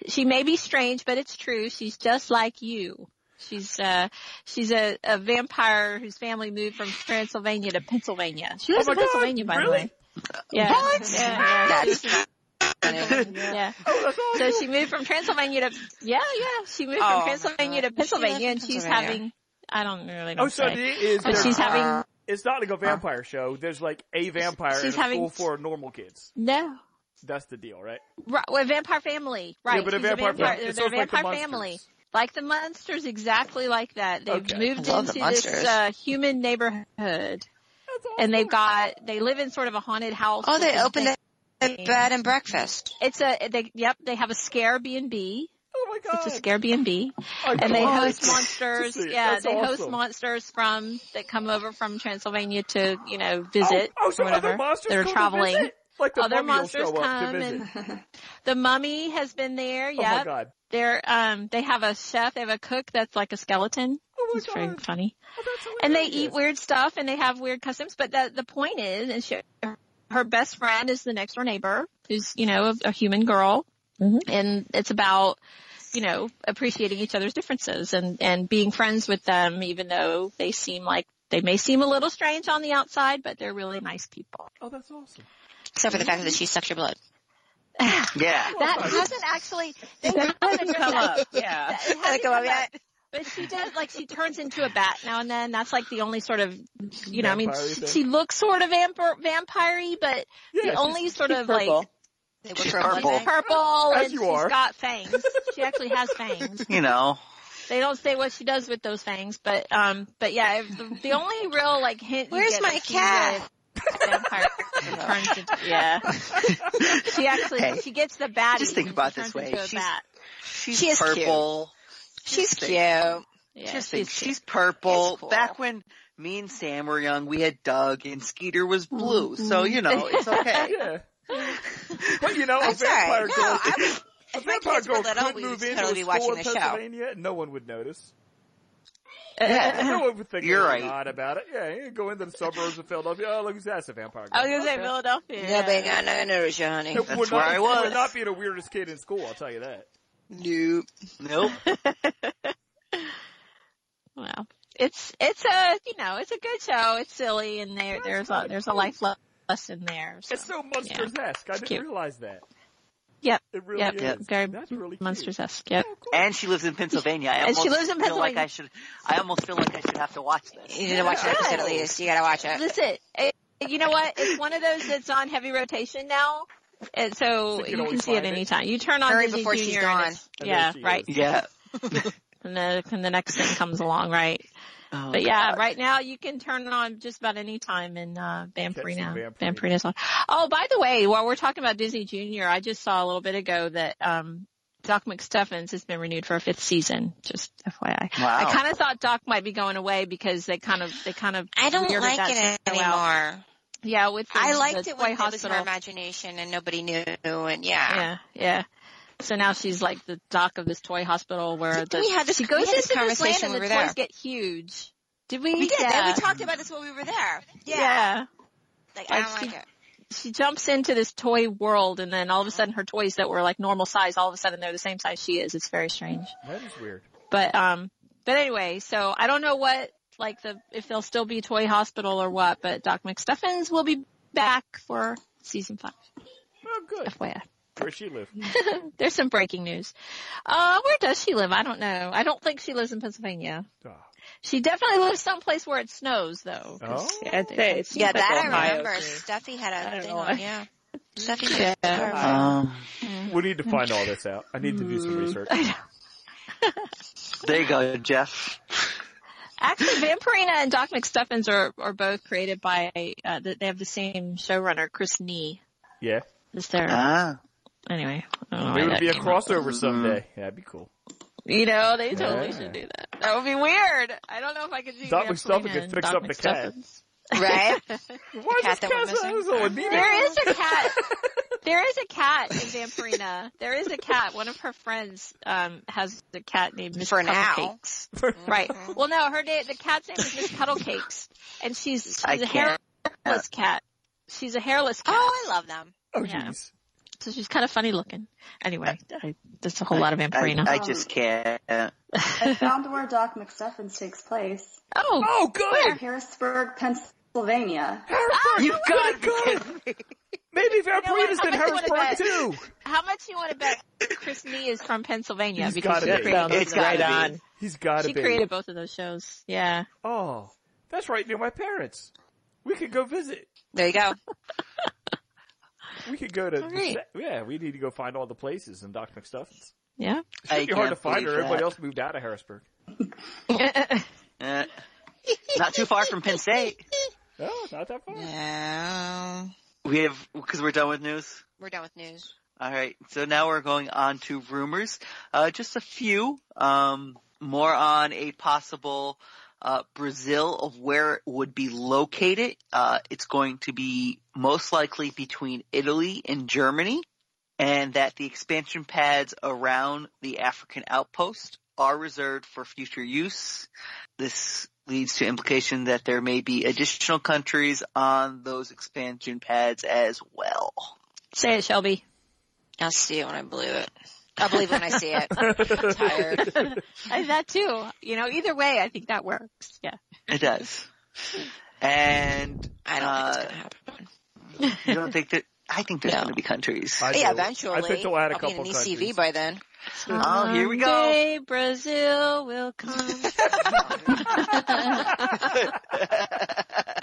[SPEAKER 5] she may be strange, but it's true. She's just like you. She's uh she's a, a vampire whose family moved from Transylvania to Pennsylvania. She lives
[SPEAKER 3] Oh
[SPEAKER 5] in
[SPEAKER 3] my God,
[SPEAKER 5] Pennsylvania, by the
[SPEAKER 3] really?
[SPEAKER 5] way. Yeah.
[SPEAKER 4] What?
[SPEAKER 5] Yeah. yeah. She
[SPEAKER 4] That's
[SPEAKER 5] was from-
[SPEAKER 4] not funny.
[SPEAKER 5] yeah.
[SPEAKER 3] Oh, that's
[SPEAKER 5] So
[SPEAKER 3] awesome.
[SPEAKER 5] she moved from Pennsylvania to yeah yeah she moved
[SPEAKER 4] Oh,
[SPEAKER 5] from
[SPEAKER 4] my
[SPEAKER 5] Pennsylvania to
[SPEAKER 4] God. She lives
[SPEAKER 5] Pennsylvania
[SPEAKER 4] in
[SPEAKER 5] and she's
[SPEAKER 4] Pennsylvania.
[SPEAKER 5] having I don't really know.
[SPEAKER 3] Oh, so uh, it is.
[SPEAKER 5] but
[SPEAKER 3] there-
[SPEAKER 5] she's having
[SPEAKER 3] it's not like a vampire show. There's like a vampire
[SPEAKER 5] she's
[SPEAKER 3] in a
[SPEAKER 5] having-
[SPEAKER 3] school for normal kids.
[SPEAKER 5] no
[SPEAKER 3] That's the deal, right?
[SPEAKER 5] Right, well, vampire family, right?
[SPEAKER 3] Yeah, but a
[SPEAKER 5] She's
[SPEAKER 3] vampire
[SPEAKER 5] vampire,
[SPEAKER 3] family.
[SPEAKER 5] They're,
[SPEAKER 3] It's
[SPEAKER 5] they're a
[SPEAKER 3] almost like the
[SPEAKER 5] vampire
[SPEAKER 3] Munsters.
[SPEAKER 5] family, like the monsters, exactly like that. They've
[SPEAKER 3] Okay.
[SPEAKER 5] moved
[SPEAKER 4] I love
[SPEAKER 5] into
[SPEAKER 4] the
[SPEAKER 5] this
[SPEAKER 4] Munsters.
[SPEAKER 5] uh, human neighborhood,
[SPEAKER 3] That's awesome.
[SPEAKER 5] and they've got they live in sort of a haunted house.
[SPEAKER 4] Oh, they
[SPEAKER 5] with some
[SPEAKER 4] opened
[SPEAKER 5] things.
[SPEAKER 4] a a bed and breakfast.
[SPEAKER 5] It's a they yep they have a scare B and B.
[SPEAKER 3] Oh my god.
[SPEAKER 5] It's a scare B and B,
[SPEAKER 3] I
[SPEAKER 5] and they
[SPEAKER 3] love
[SPEAKER 5] host
[SPEAKER 3] it.
[SPEAKER 5] monsters.
[SPEAKER 3] That's
[SPEAKER 5] Yeah, they host
[SPEAKER 3] awesome.
[SPEAKER 5] monsters from that come over from Transylvania to you know visit
[SPEAKER 3] Oh, oh so
[SPEAKER 5] or whatever.
[SPEAKER 3] other monsters
[SPEAKER 5] they're
[SPEAKER 3] come
[SPEAKER 5] traveling.
[SPEAKER 3] To visit? Like the
[SPEAKER 5] Other
[SPEAKER 3] mummy will
[SPEAKER 5] monsters
[SPEAKER 3] show up
[SPEAKER 5] come
[SPEAKER 3] to visit.
[SPEAKER 5] and the mummy has been there.
[SPEAKER 3] Oh my
[SPEAKER 5] Yep.
[SPEAKER 3] god.
[SPEAKER 5] They're um they have a chef, they have a cook that's like a skeleton.
[SPEAKER 3] Oh my
[SPEAKER 5] It's very
[SPEAKER 3] god.
[SPEAKER 5] funny.
[SPEAKER 3] Oh, that's
[SPEAKER 5] And they
[SPEAKER 3] hilarious.
[SPEAKER 5] eat weird stuff and they have weird customs, but the the point is and she, her best friend is the next door neighbor who's, you know, a, a human girl.
[SPEAKER 7] Mhm.
[SPEAKER 5] And it's about, you know, appreciating each other's differences and and being friends with them even though they seem like they may seem a little strange on the outside, but they're really nice people.
[SPEAKER 3] Oh, that's awesome.
[SPEAKER 4] Except for the fact that she sucked your blood.
[SPEAKER 1] Yeah.
[SPEAKER 5] That
[SPEAKER 3] Well,
[SPEAKER 5] hasn't actually they
[SPEAKER 7] That
[SPEAKER 5] haven't
[SPEAKER 7] hasn't come up.
[SPEAKER 5] That-
[SPEAKER 7] Yeah.
[SPEAKER 5] it hasn't
[SPEAKER 4] Like, well,
[SPEAKER 5] come
[SPEAKER 4] yeah.
[SPEAKER 5] up. But she does, like, she turns into a bat now and then. That's like the only sort of, you know, I mean,
[SPEAKER 3] Vampire-y thing.
[SPEAKER 5] she looks sort of vampir- vampire but
[SPEAKER 3] Yeah,
[SPEAKER 5] the only sort
[SPEAKER 7] She's
[SPEAKER 5] of
[SPEAKER 7] purple.
[SPEAKER 5] like
[SPEAKER 4] They were
[SPEAKER 1] She's
[SPEAKER 4] for a blood
[SPEAKER 1] purple.
[SPEAKER 4] bank.
[SPEAKER 5] purple
[SPEAKER 3] As
[SPEAKER 5] and
[SPEAKER 3] you
[SPEAKER 5] she's
[SPEAKER 3] are.
[SPEAKER 5] got fangs. She actually has fangs.
[SPEAKER 1] You know.
[SPEAKER 5] They don't say what she does with those fangs, but, um, but yeah, if the, the only real like hint. you
[SPEAKER 4] Where's
[SPEAKER 5] get
[SPEAKER 4] my
[SPEAKER 5] that she's
[SPEAKER 4] cat?
[SPEAKER 5] a Vampire turns into, yeah. She actually,
[SPEAKER 1] Hey,
[SPEAKER 5] she gets the bat.
[SPEAKER 1] just think about it this way. She's- She's
[SPEAKER 4] She is cute.
[SPEAKER 1] purple.
[SPEAKER 4] She's
[SPEAKER 1] She's
[SPEAKER 4] cute. Yeah,
[SPEAKER 5] Yeah,
[SPEAKER 1] Just think,
[SPEAKER 5] she's-
[SPEAKER 1] she's purple.
[SPEAKER 4] It's cool.
[SPEAKER 1] Back when me and Sam were young, we had Doug and Skeeter was blue.
[SPEAKER 5] Mm-hmm.
[SPEAKER 1] So, you know, it's okay.
[SPEAKER 3] yeah. But you know, a
[SPEAKER 4] I'm sorry.
[SPEAKER 3] vampire
[SPEAKER 4] No,
[SPEAKER 3] girl.
[SPEAKER 4] I was-
[SPEAKER 3] a
[SPEAKER 4] my
[SPEAKER 3] vampire
[SPEAKER 4] kids were
[SPEAKER 3] girl
[SPEAKER 4] little,
[SPEAKER 3] could
[SPEAKER 4] we
[SPEAKER 3] move
[SPEAKER 4] would
[SPEAKER 3] into
[SPEAKER 4] totally be
[SPEAKER 3] a
[SPEAKER 4] watching
[SPEAKER 3] school in
[SPEAKER 4] the show.
[SPEAKER 3] Pennsylvania. No one would notice.
[SPEAKER 1] Yeah.
[SPEAKER 3] No one would think
[SPEAKER 1] You're
[SPEAKER 3] anything
[SPEAKER 1] right.
[SPEAKER 3] odd about it. Yeah, you go into the suburbs of Philadelphia. Oh, look, who's that? It's a vampire girl.
[SPEAKER 5] I was gonna say Philadelphia.
[SPEAKER 4] but no, no, no, no, honey.
[SPEAKER 3] It would
[SPEAKER 1] That's where
[SPEAKER 3] not,
[SPEAKER 1] I
[SPEAKER 3] it
[SPEAKER 1] was.
[SPEAKER 3] Would not be the weirdest kid in school. I'll tell you that.
[SPEAKER 4] Nope.
[SPEAKER 1] Nope.
[SPEAKER 5] Well, it's it's a you know it's a good show. It's silly and there there's a there's a life le- lesson there. So.
[SPEAKER 3] It's so monsters esque. I didn't
[SPEAKER 5] cute.
[SPEAKER 3] realize that.
[SPEAKER 5] Yep.
[SPEAKER 3] It really
[SPEAKER 5] Yep.
[SPEAKER 3] is.
[SPEAKER 1] Yep.
[SPEAKER 5] Very
[SPEAKER 3] That's really cute.
[SPEAKER 5] Monsters esque. Yep.
[SPEAKER 3] Oh, cool.
[SPEAKER 1] And she lives in Pennsylvania. I
[SPEAKER 5] And she
[SPEAKER 1] almost
[SPEAKER 5] lives in
[SPEAKER 1] feel like
[SPEAKER 5] Pennsylvania.
[SPEAKER 1] I should, I almost feel like I should have to watch this.
[SPEAKER 4] You need to watch an episode at least. You gotta watch it.
[SPEAKER 5] Listen, it, you know what? It's one of those that's on heavy rotation now. And
[SPEAKER 3] So
[SPEAKER 5] so
[SPEAKER 3] you can
[SPEAKER 5] you can
[SPEAKER 3] always
[SPEAKER 5] see it
[SPEAKER 3] find it.
[SPEAKER 5] anytime. You turn on
[SPEAKER 4] Hurry
[SPEAKER 5] Disney
[SPEAKER 4] before she's
[SPEAKER 5] Junior and
[SPEAKER 4] gone.
[SPEAKER 5] it's-
[SPEAKER 3] And there
[SPEAKER 5] Yeah,
[SPEAKER 3] she
[SPEAKER 5] right.
[SPEAKER 3] is.
[SPEAKER 1] Yeah.
[SPEAKER 5] And the and the next thing comes along, right?
[SPEAKER 1] Oh,
[SPEAKER 5] But yeah,
[SPEAKER 1] God.
[SPEAKER 5] right now you can turn it on just about any time and uh
[SPEAKER 3] some
[SPEAKER 5] Vampirina.
[SPEAKER 3] Vampirina.
[SPEAKER 5] Vampirina's on. Oh, by the way, while we're talking about Disney Junior, I just saw a little bit ago that um Doc McStuffins has been renewed for a fifth season, just FYI.
[SPEAKER 1] Wow.
[SPEAKER 5] I kind of thought Doc might be going away because they kind of, they kind of,
[SPEAKER 4] I don't
[SPEAKER 5] weirded
[SPEAKER 4] like
[SPEAKER 5] that
[SPEAKER 4] it
[SPEAKER 5] show
[SPEAKER 4] anymore.
[SPEAKER 5] out. Yeah, with the,
[SPEAKER 4] I liked
[SPEAKER 5] the
[SPEAKER 4] it
[SPEAKER 5] toy
[SPEAKER 4] when it was in
[SPEAKER 5] hospital.
[SPEAKER 4] her imagination and nobody knew and yeah.
[SPEAKER 5] yeah, yeah. So now she's like the doc of this toy hospital where
[SPEAKER 4] Didn't
[SPEAKER 5] the,
[SPEAKER 4] we have this-
[SPEAKER 5] she goes
[SPEAKER 4] we had this
[SPEAKER 5] into this land
[SPEAKER 4] conversation
[SPEAKER 5] and
[SPEAKER 4] when we
[SPEAKER 5] the toys
[SPEAKER 4] were there.
[SPEAKER 5] get huge. Did we?
[SPEAKER 4] We did.
[SPEAKER 5] Yeah.
[SPEAKER 4] that. We talked about this when we were there. Yeah.
[SPEAKER 5] yeah.
[SPEAKER 4] Like, I don't
[SPEAKER 5] Like,
[SPEAKER 4] like
[SPEAKER 5] she-
[SPEAKER 4] it.
[SPEAKER 5] she jumps into this toy world and then all of a sudden her toys that were like normal size, all of a sudden they're the same size she is. It's very strange.
[SPEAKER 3] That is weird.
[SPEAKER 5] But, um, but anyway, so I don't know what, like the, if they'll still be toy hospital or what, but Doc McStuffins will be back for season five,
[SPEAKER 3] Oh, good.
[SPEAKER 5] FYI.
[SPEAKER 3] where she live?
[SPEAKER 5] There's some breaking news. Uh, where does she live? I don't know. I don't think she lives in Pennsylvania.
[SPEAKER 3] Ah.
[SPEAKER 5] She definitely lives someplace where it snows though. 'cause
[SPEAKER 3] Oh.
[SPEAKER 7] I'd say it's
[SPEAKER 4] Yeah,
[SPEAKER 7] like
[SPEAKER 4] that
[SPEAKER 7] Ohio
[SPEAKER 4] I remember.
[SPEAKER 7] to me.
[SPEAKER 4] Stuffy had
[SPEAKER 7] I
[SPEAKER 4] a
[SPEAKER 7] don't
[SPEAKER 4] thing
[SPEAKER 7] know
[SPEAKER 4] on,
[SPEAKER 7] why.
[SPEAKER 4] yeah. Stuffy
[SPEAKER 5] Yeah.
[SPEAKER 4] had a scarf.
[SPEAKER 1] Um,
[SPEAKER 3] We need to find all this out. I need to do
[SPEAKER 5] Mm.
[SPEAKER 3] some research.
[SPEAKER 1] there you go, Jeff.
[SPEAKER 5] Actually, Vampirina and Doc McStuffins are, are both created by, uh, th- they have the same showrunner, Chris Nee.
[SPEAKER 3] Yeah,
[SPEAKER 5] Is there,
[SPEAKER 1] Ah,
[SPEAKER 5] anyway. I don't know why
[SPEAKER 3] maybe it'll
[SPEAKER 5] that
[SPEAKER 3] be a
[SPEAKER 5] came up. Mm-hmm.
[SPEAKER 3] crossover someday. Yeah, that'd be cool.
[SPEAKER 5] You know, they totally
[SPEAKER 3] Yeah.
[SPEAKER 5] should do that. That would be weird. I don't know if I could do
[SPEAKER 3] Doc
[SPEAKER 5] Vampirina
[SPEAKER 3] McStuffins could
[SPEAKER 5] and
[SPEAKER 3] fix
[SPEAKER 5] Doc
[SPEAKER 3] up the cat.
[SPEAKER 5] McStuffins.
[SPEAKER 4] Right?
[SPEAKER 3] Why
[SPEAKER 4] cat that we're missing.
[SPEAKER 3] all needed.
[SPEAKER 5] There is a cat. There is a cat in Vampirina. There is a cat. One of her friends um has a cat named Miss
[SPEAKER 4] For now.
[SPEAKER 5] Cuddlecakes. Right. Well, no, her name, the cat's name is Miss Cuddlecakes, and she's she's
[SPEAKER 1] I
[SPEAKER 5] a
[SPEAKER 1] can't.
[SPEAKER 5] hairless cat. She's a hairless cat,
[SPEAKER 4] Oh, I love them.
[SPEAKER 3] Oh
[SPEAKER 5] Yeah.
[SPEAKER 3] jeez.
[SPEAKER 5] so she's kind of funny looking. Anyway, I, that's a whole lot of
[SPEAKER 1] I,
[SPEAKER 5] Vampirina.
[SPEAKER 1] I just can't.
[SPEAKER 6] I found where Doc McStuffins takes place.
[SPEAKER 5] oh,
[SPEAKER 3] Oh good.
[SPEAKER 6] Harrisburg, Pennsylvania.
[SPEAKER 3] Harrisburg.
[SPEAKER 1] You've got to be kidding me.
[SPEAKER 3] Maybe
[SPEAKER 5] what?
[SPEAKER 3] Vampirina's
[SPEAKER 5] I
[SPEAKER 3] in
[SPEAKER 5] might wanna
[SPEAKER 3] Harrisburg
[SPEAKER 5] bet.
[SPEAKER 3] too.
[SPEAKER 5] how much you want to bet Chris Nee is from Pennsylvania
[SPEAKER 3] He's
[SPEAKER 5] because
[SPEAKER 3] gotta
[SPEAKER 5] she
[SPEAKER 3] be.
[SPEAKER 5] created
[SPEAKER 7] Sounds
[SPEAKER 5] both
[SPEAKER 1] It's
[SPEAKER 5] of those.
[SPEAKER 1] gotta
[SPEAKER 7] right
[SPEAKER 1] be.
[SPEAKER 7] on.
[SPEAKER 3] He's got to
[SPEAKER 5] She
[SPEAKER 3] be.
[SPEAKER 5] created both of those shows. Yeah.
[SPEAKER 3] Oh, that's right near my parents. We could go visit.
[SPEAKER 4] There you go.
[SPEAKER 3] We could go to.
[SPEAKER 5] Alright.
[SPEAKER 3] Yeah, we need to go find all the places in Doc McStuffins.
[SPEAKER 5] Yeah.
[SPEAKER 3] It
[SPEAKER 1] I
[SPEAKER 3] should be hard to
[SPEAKER 1] can't
[SPEAKER 3] find her.
[SPEAKER 1] believe
[SPEAKER 3] Everybody
[SPEAKER 1] that.
[SPEAKER 3] else moved out of Harrisburg.
[SPEAKER 1] Uh, not too far from Penn State.
[SPEAKER 3] No, not that far.
[SPEAKER 4] No.
[SPEAKER 1] We have because we're done with news.
[SPEAKER 4] We're done with news.
[SPEAKER 1] All right, so now we're going on to rumors. Uh, just a few, um, more on a possible uh, Brazil of where it would be located. Uh, it's going to be most likely between Italy and Germany, and that the expansion pads around the African outpost are reserved for future use. This leads to implication that there may be additional countries on those expansion pads as well.
[SPEAKER 5] Say it, Shelby.
[SPEAKER 4] I'll see it when I believe it. I'll believe when I see it. I'm tired.
[SPEAKER 5] I, that too. You know, either way, I think that works. Yeah.
[SPEAKER 1] It does. And
[SPEAKER 4] I don't think it's
[SPEAKER 1] Uh,
[SPEAKER 4] going to happen.
[SPEAKER 1] you don't think that? I think there's
[SPEAKER 4] No.
[SPEAKER 1] going to be countries.
[SPEAKER 3] I
[SPEAKER 4] yeah,
[SPEAKER 3] do.
[SPEAKER 4] eventually.
[SPEAKER 3] I think they'll add a
[SPEAKER 4] I'll
[SPEAKER 3] couple
[SPEAKER 4] be in an E
[SPEAKER 3] countries.
[SPEAKER 4] ECV by then.
[SPEAKER 1] Oh, here we go.
[SPEAKER 5] Someday Brazil will come.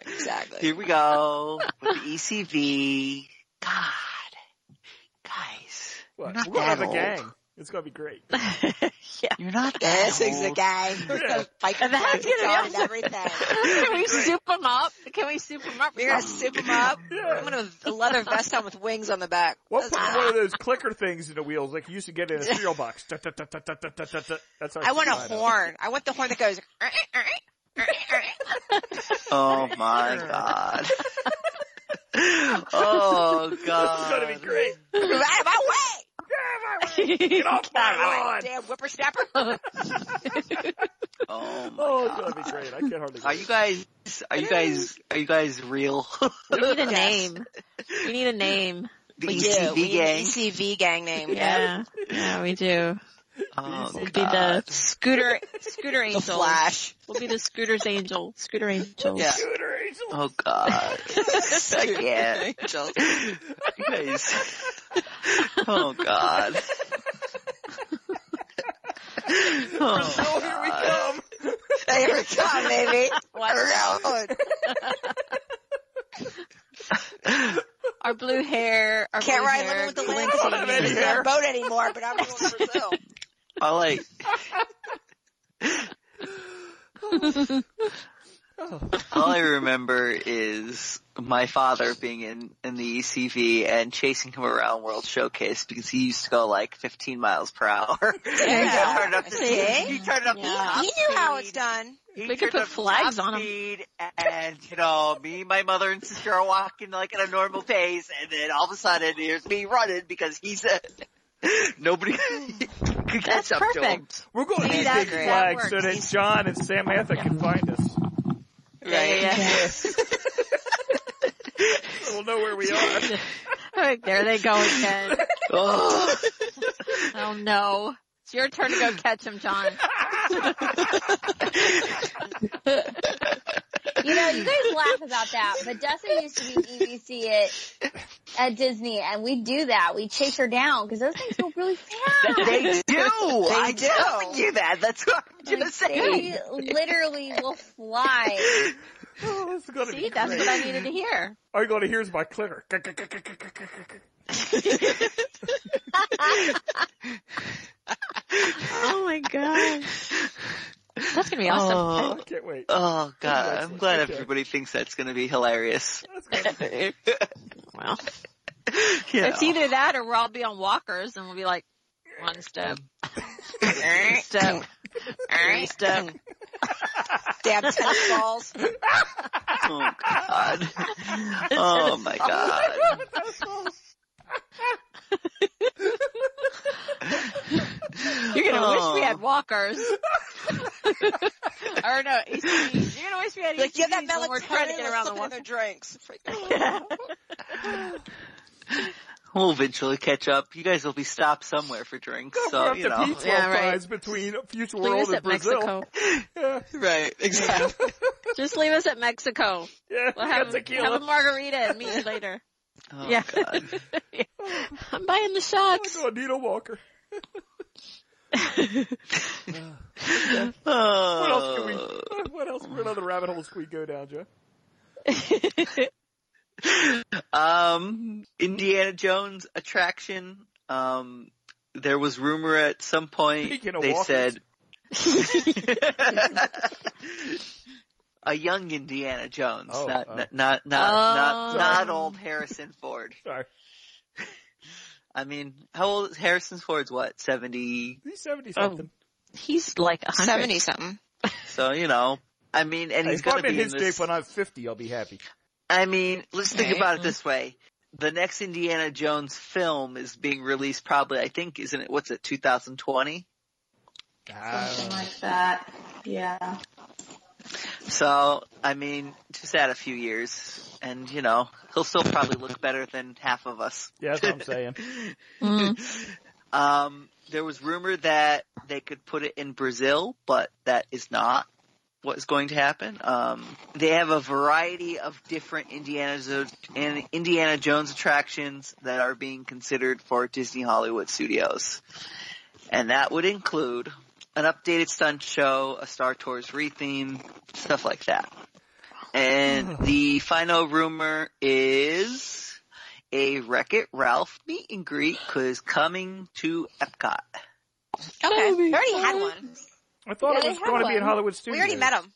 [SPEAKER 4] Exactly.
[SPEAKER 1] Here we go with the E ECV. God, guys,
[SPEAKER 3] What?
[SPEAKER 1] Not
[SPEAKER 3] We're gonna have
[SPEAKER 1] that
[SPEAKER 3] a gang. It's gonna be great.
[SPEAKER 1] you're not.
[SPEAKER 4] This
[SPEAKER 1] that
[SPEAKER 4] is a
[SPEAKER 1] old.
[SPEAKER 4] guy who's gonna fight for
[SPEAKER 5] That's
[SPEAKER 4] his
[SPEAKER 5] gonna
[SPEAKER 4] job
[SPEAKER 5] be
[SPEAKER 4] and everything.
[SPEAKER 5] Can we soup them up? Can we soup them up?
[SPEAKER 4] We're gonna soup him up.
[SPEAKER 3] Yeah.
[SPEAKER 4] I'm gonna a leather vest on with wings on the back.
[SPEAKER 3] What
[SPEAKER 4] That's-
[SPEAKER 3] put one of those clicker things in the wheels like you used to get in a cereal box? Tut, tut, tut, tut, tut, tut, tut, tut. That's our
[SPEAKER 4] I want a
[SPEAKER 3] society.
[SPEAKER 4] horn. I want the horn that goes. "Eh, eh, eh, eh, eh, eh."
[SPEAKER 1] Oh my god. oh god.
[SPEAKER 3] This is gonna be great.
[SPEAKER 4] Out of my way!
[SPEAKER 3] Get off my lawn.
[SPEAKER 4] Damn whippersnapper!
[SPEAKER 1] Oh my
[SPEAKER 3] Oh, it's
[SPEAKER 1] god.
[SPEAKER 3] gonna be great. I can't hardly.
[SPEAKER 1] Are you guys? Are you guys? Are you guys real?
[SPEAKER 5] We need a name. We need a name.
[SPEAKER 1] the
[SPEAKER 4] We
[SPEAKER 1] ECV
[SPEAKER 4] do. We E need an
[SPEAKER 1] gang.
[SPEAKER 4] ECV gang name.
[SPEAKER 5] Yeah. Yeah, we do.
[SPEAKER 1] Oh
[SPEAKER 5] We'll be
[SPEAKER 1] god.
[SPEAKER 5] the scooter, scooter
[SPEAKER 4] The
[SPEAKER 5] angels.
[SPEAKER 4] Flash.
[SPEAKER 5] We'll be the scooters angel, scooter angels.
[SPEAKER 1] Yeah.
[SPEAKER 3] Scooter Angel.
[SPEAKER 1] Oh god. I can't. You guys. Oh God.
[SPEAKER 3] Oh, here we come.
[SPEAKER 4] There we come, baby. Around.
[SPEAKER 5] Our blue hair, our
[SPEAKER 4] Can't
[SPEAKER 5] blue
[SPEAKER 4] ride
[SPEAKER 5] hair,
[SPEAKER 4] alone with the
[SPEAKER 5] glitzy.
[SPEAKER 4] lens. I don't have a boat anymore, but I'm going to Brazil.
[SPEAKER 1] I like. All I remember is my father being in, in the ECV and chasing him around World Showcase because he used to go like 15 miles per hour.
[SPEAKER 4] you
[SPEAKER 1] he
[SPEAKER 4] go.
[SPEAKER 1] turned up the,
[SPEAKER 4] See?
[SPEAKER 1] he turned up the
[SPEAKER 5] Yeah.
[SPEAKER 1] top
[SPEAKER 4] He knew how
[SPEAKER 1] speed.
[SPEAKER 4] it's done.
[SPEAKER 1] He
[SPEAKER 5] We could
[SPEAKER 1] turned
[SPEAKER 5] put
[SPEAKER 1] up the
[SPEAKER 5] flags
[SPEAKER 1] top
[SPEAKER 5] on 'em.
[SPEAKER 1] speed And you know, me, my mother, and sister are walking like at a normal pace, and then all of a sudden, here's me running because he's a nobody could
[SPEAKER 5] That's
[SPEAKER 1] catch up to him.
[SPEAKER 5] perfect.
[SPEAKER 3] We're going to
[SPEAKER 4] See,
[SPEAKER 3] need
[SPEAKER 4] that-
[SPEAKER 3] big
[SPEAKER 4] that
[SPEAKER 3] flags so
[SPEAKER 5] works.
[SPEAKER 3] that John and Samantha can find us.
[SPEAKER 1] Right?
[SPEAKER 3] So we'll know where we are. Oh,
[SPEAKER 5] Alright, there they go again.
[SPEAKER 1] Oh,
[SPEAKER 5] Oh no. It's your turn to go catch him, John.
[SPEAKER 8] You know, you guys laugh about that, but Dustin used to be EVC at, at Disney and we do that. We chase her down because those things go really fast.
[SPEAKER 1] They do. I
[SPEAKER 4] do.
[SPEAKER 1] tell you that. That's what I'm gonna
[SPEAKER 8] Like,
[SPEAKER 1] say.
[SPEAKER 8] they literally will fly.
[SPEAKER 3] Oh, this is gonna
[SPEAKER 5] See,
[SPEAKER 3] be
[SPEAKER 5] that's
[SPEAKER 3] great.
[SPEAKER 5] what I needed to hear.
[SPEAKER 3] All you're gonna hear is my clicker.
[SPEAKER 5] Oh my gosh. That's gonna be awesome.
[SPEAKER 3] I
[SPEAKER 1] Oh,
[SPEAKER 3] can't wait.
[SPEAKER 1] oh god! I'm glad
[SPEAKER 3] Okay.
[SPEAKER 1] everybody thinks that's gonna be hilarious.
[SPEAKER 3] That's gonna be-
[SPEAKER 5] Well,
[SPEAKER 1] You
[SPEAKER 5] it's
[SPEAKER 1] know.
[SPEAKER 5] either that or we'll all be on walkers and we'll be like, one step,
[SPEAKER 4] Alright.
[SPEAKER 5] step, three step.
[SPEAKER 4] Dab tennis balls.
[SPEAKER 1] Oh god! Oh my god!
[SPEAKER 5] You're gonna wish we
[SPEAKER 1] Oh.
[SPEAKER 5] had walkers. or no, ECGs. You're gonna wish we had
[SPEAKER 4] Like, yeah, that
[SPEAKER 5] ECGs when we're trying to
[SPEAKER 4] melatonin
[SPEAKER 5] get
[SPEAKER 4] or
[SPEAKER 5] around the
[SPEAKER 4] something in
[SPEAKER 5] walkers.
[SPEAKER 4] their drinks.
[SPEAKER 1] We'll eventually catch up. You guys will be stopped somewhere for drinks,
[SPEAKER 3] Don't
[SPEAKER 1] so
[SPEAKER 3] have
[SPEAKER 1] you
[SPEAKER 3] to
[SPEAKER 1] know.
[SPEAKER 3] be 12
[SPEAKER 5] Yeah, right.
[SPEAKER 3] times between Future
[SPEAKER 5] Leave
[SPEAKER 3] World
[SPEAKER 5] us
[SPEAKER 3] and
[SPEAKER 5] at
[SPEAKER 3] Brazil.
[SPEAKER 5] Mexico.
[SPEAKER 3] Yeah,
[SPEAKER 1] Right, exactly.
[SPEAKER 5] Just leave us at Mexico.
[SPEAKER 3] yeah.
[SPEAKER 5] We'll
[SPEAKER 3] we
[SPEAKER 5] have,
[SPEAKER 3] got
[SPEAKER 5] a, have a
[SPEAKER 3] tequila.
[SPEAKER 5] margarita and meet you later.
[SPEAKER 1] Oh
[SPEAKER 5] Yeah.
[SPEAKER 1] god.
[SPEAKER 5] I'm buying the
[SPEAKER 3] I'm
[SPEAKER 5] shots.
[SPEAKER 3] going Nino Walker.
[SPEAKER 1] Oh.
[SPEAKER 3] What else can
[SPEAKER 1] Uh,
[SPEAKER 3] we? What else? What other rabbit holes can we go down, Joe?
[SPEAKER 1] Um, Indiana Jones attraction. Um, there was rumor at some point
[SPEAKER 3] Speaking of
[SPEAKER 1] they
[SPEAKER 3] walkers.
[SPEAKER 1] said a young Indiana Jones,
[SPEAKER 3] Oh,
[SPEAKER 1] not,
[SPEAKER 3] oh.
[SPEAKER 1] not not not
[SPEAKER 5] Oh.
[SPEAKER 1] not old Harrison Ford.
[SPEAKER 3] Sorry,
[SPEAKER 1] I mean, how old is Harrison Ford's? What seventy?
[SPEAKER 3] he's seventy something.
[SPEAKER 1] Oh,
[SPEAKER 5] He's like 100.
[SPEAKER 4] 70 something.
[SPEAKER 1] So you know. I mean, and he's
[SPEAKER 3] if I'm
[SPEAKER 1] gonna
[SPEAKER 3] in
[SPEAKER 1] be in
[SPEAKER 3] his
[SPEAKER 1] this.
[SPEAKER 3] shape when I'm fifty, I'll be happy.
[SPEAKER 1] I mean, let's think
[SPEAKER 4] Right.
[SPEAKER 1] about it this way. The next Indiana Jones film is being released probably, I think, isn't it, what's it, 2020?
[SPEAKER 3] Ah,
[SPEAKER 6] Something like that. Yeah.
[SPEAKER 1] So, I mean, just add a few years and, you know, he'll still probably look better than half of us.
[SPEAKER 3] yeah, that's what I'm saying.
[SPEAKER 5] Mm.
[SPEAKER 1] Um, there was rumor that they could put it in Brazil, but that is not what is going to happen. Um, they have a variety of different Indiana, Zo- and Indiana Jones attractions that are being considered for Disney Hollywood Studios. And that would include an updated stunt show, a Star Tours retheme, stuff like that. And the final rumor is a Wreck It Ralph meet and greet is coming to Epcot.
[SPEAKER 4] Okay. We already had one.
[SPEAKER 3] I thought
[SPEAKER 8] Yeah,
[SPEAKER 3] it
[SPEAKER 8] they
[SPEAKER 3] was
[SPEAKER 8] had
[SPEAKER 3] going to be in
[SPEAKER 8] one.
[SPEAKER 3] Hollywood Studios.
[SPEAKER 4] We already met him.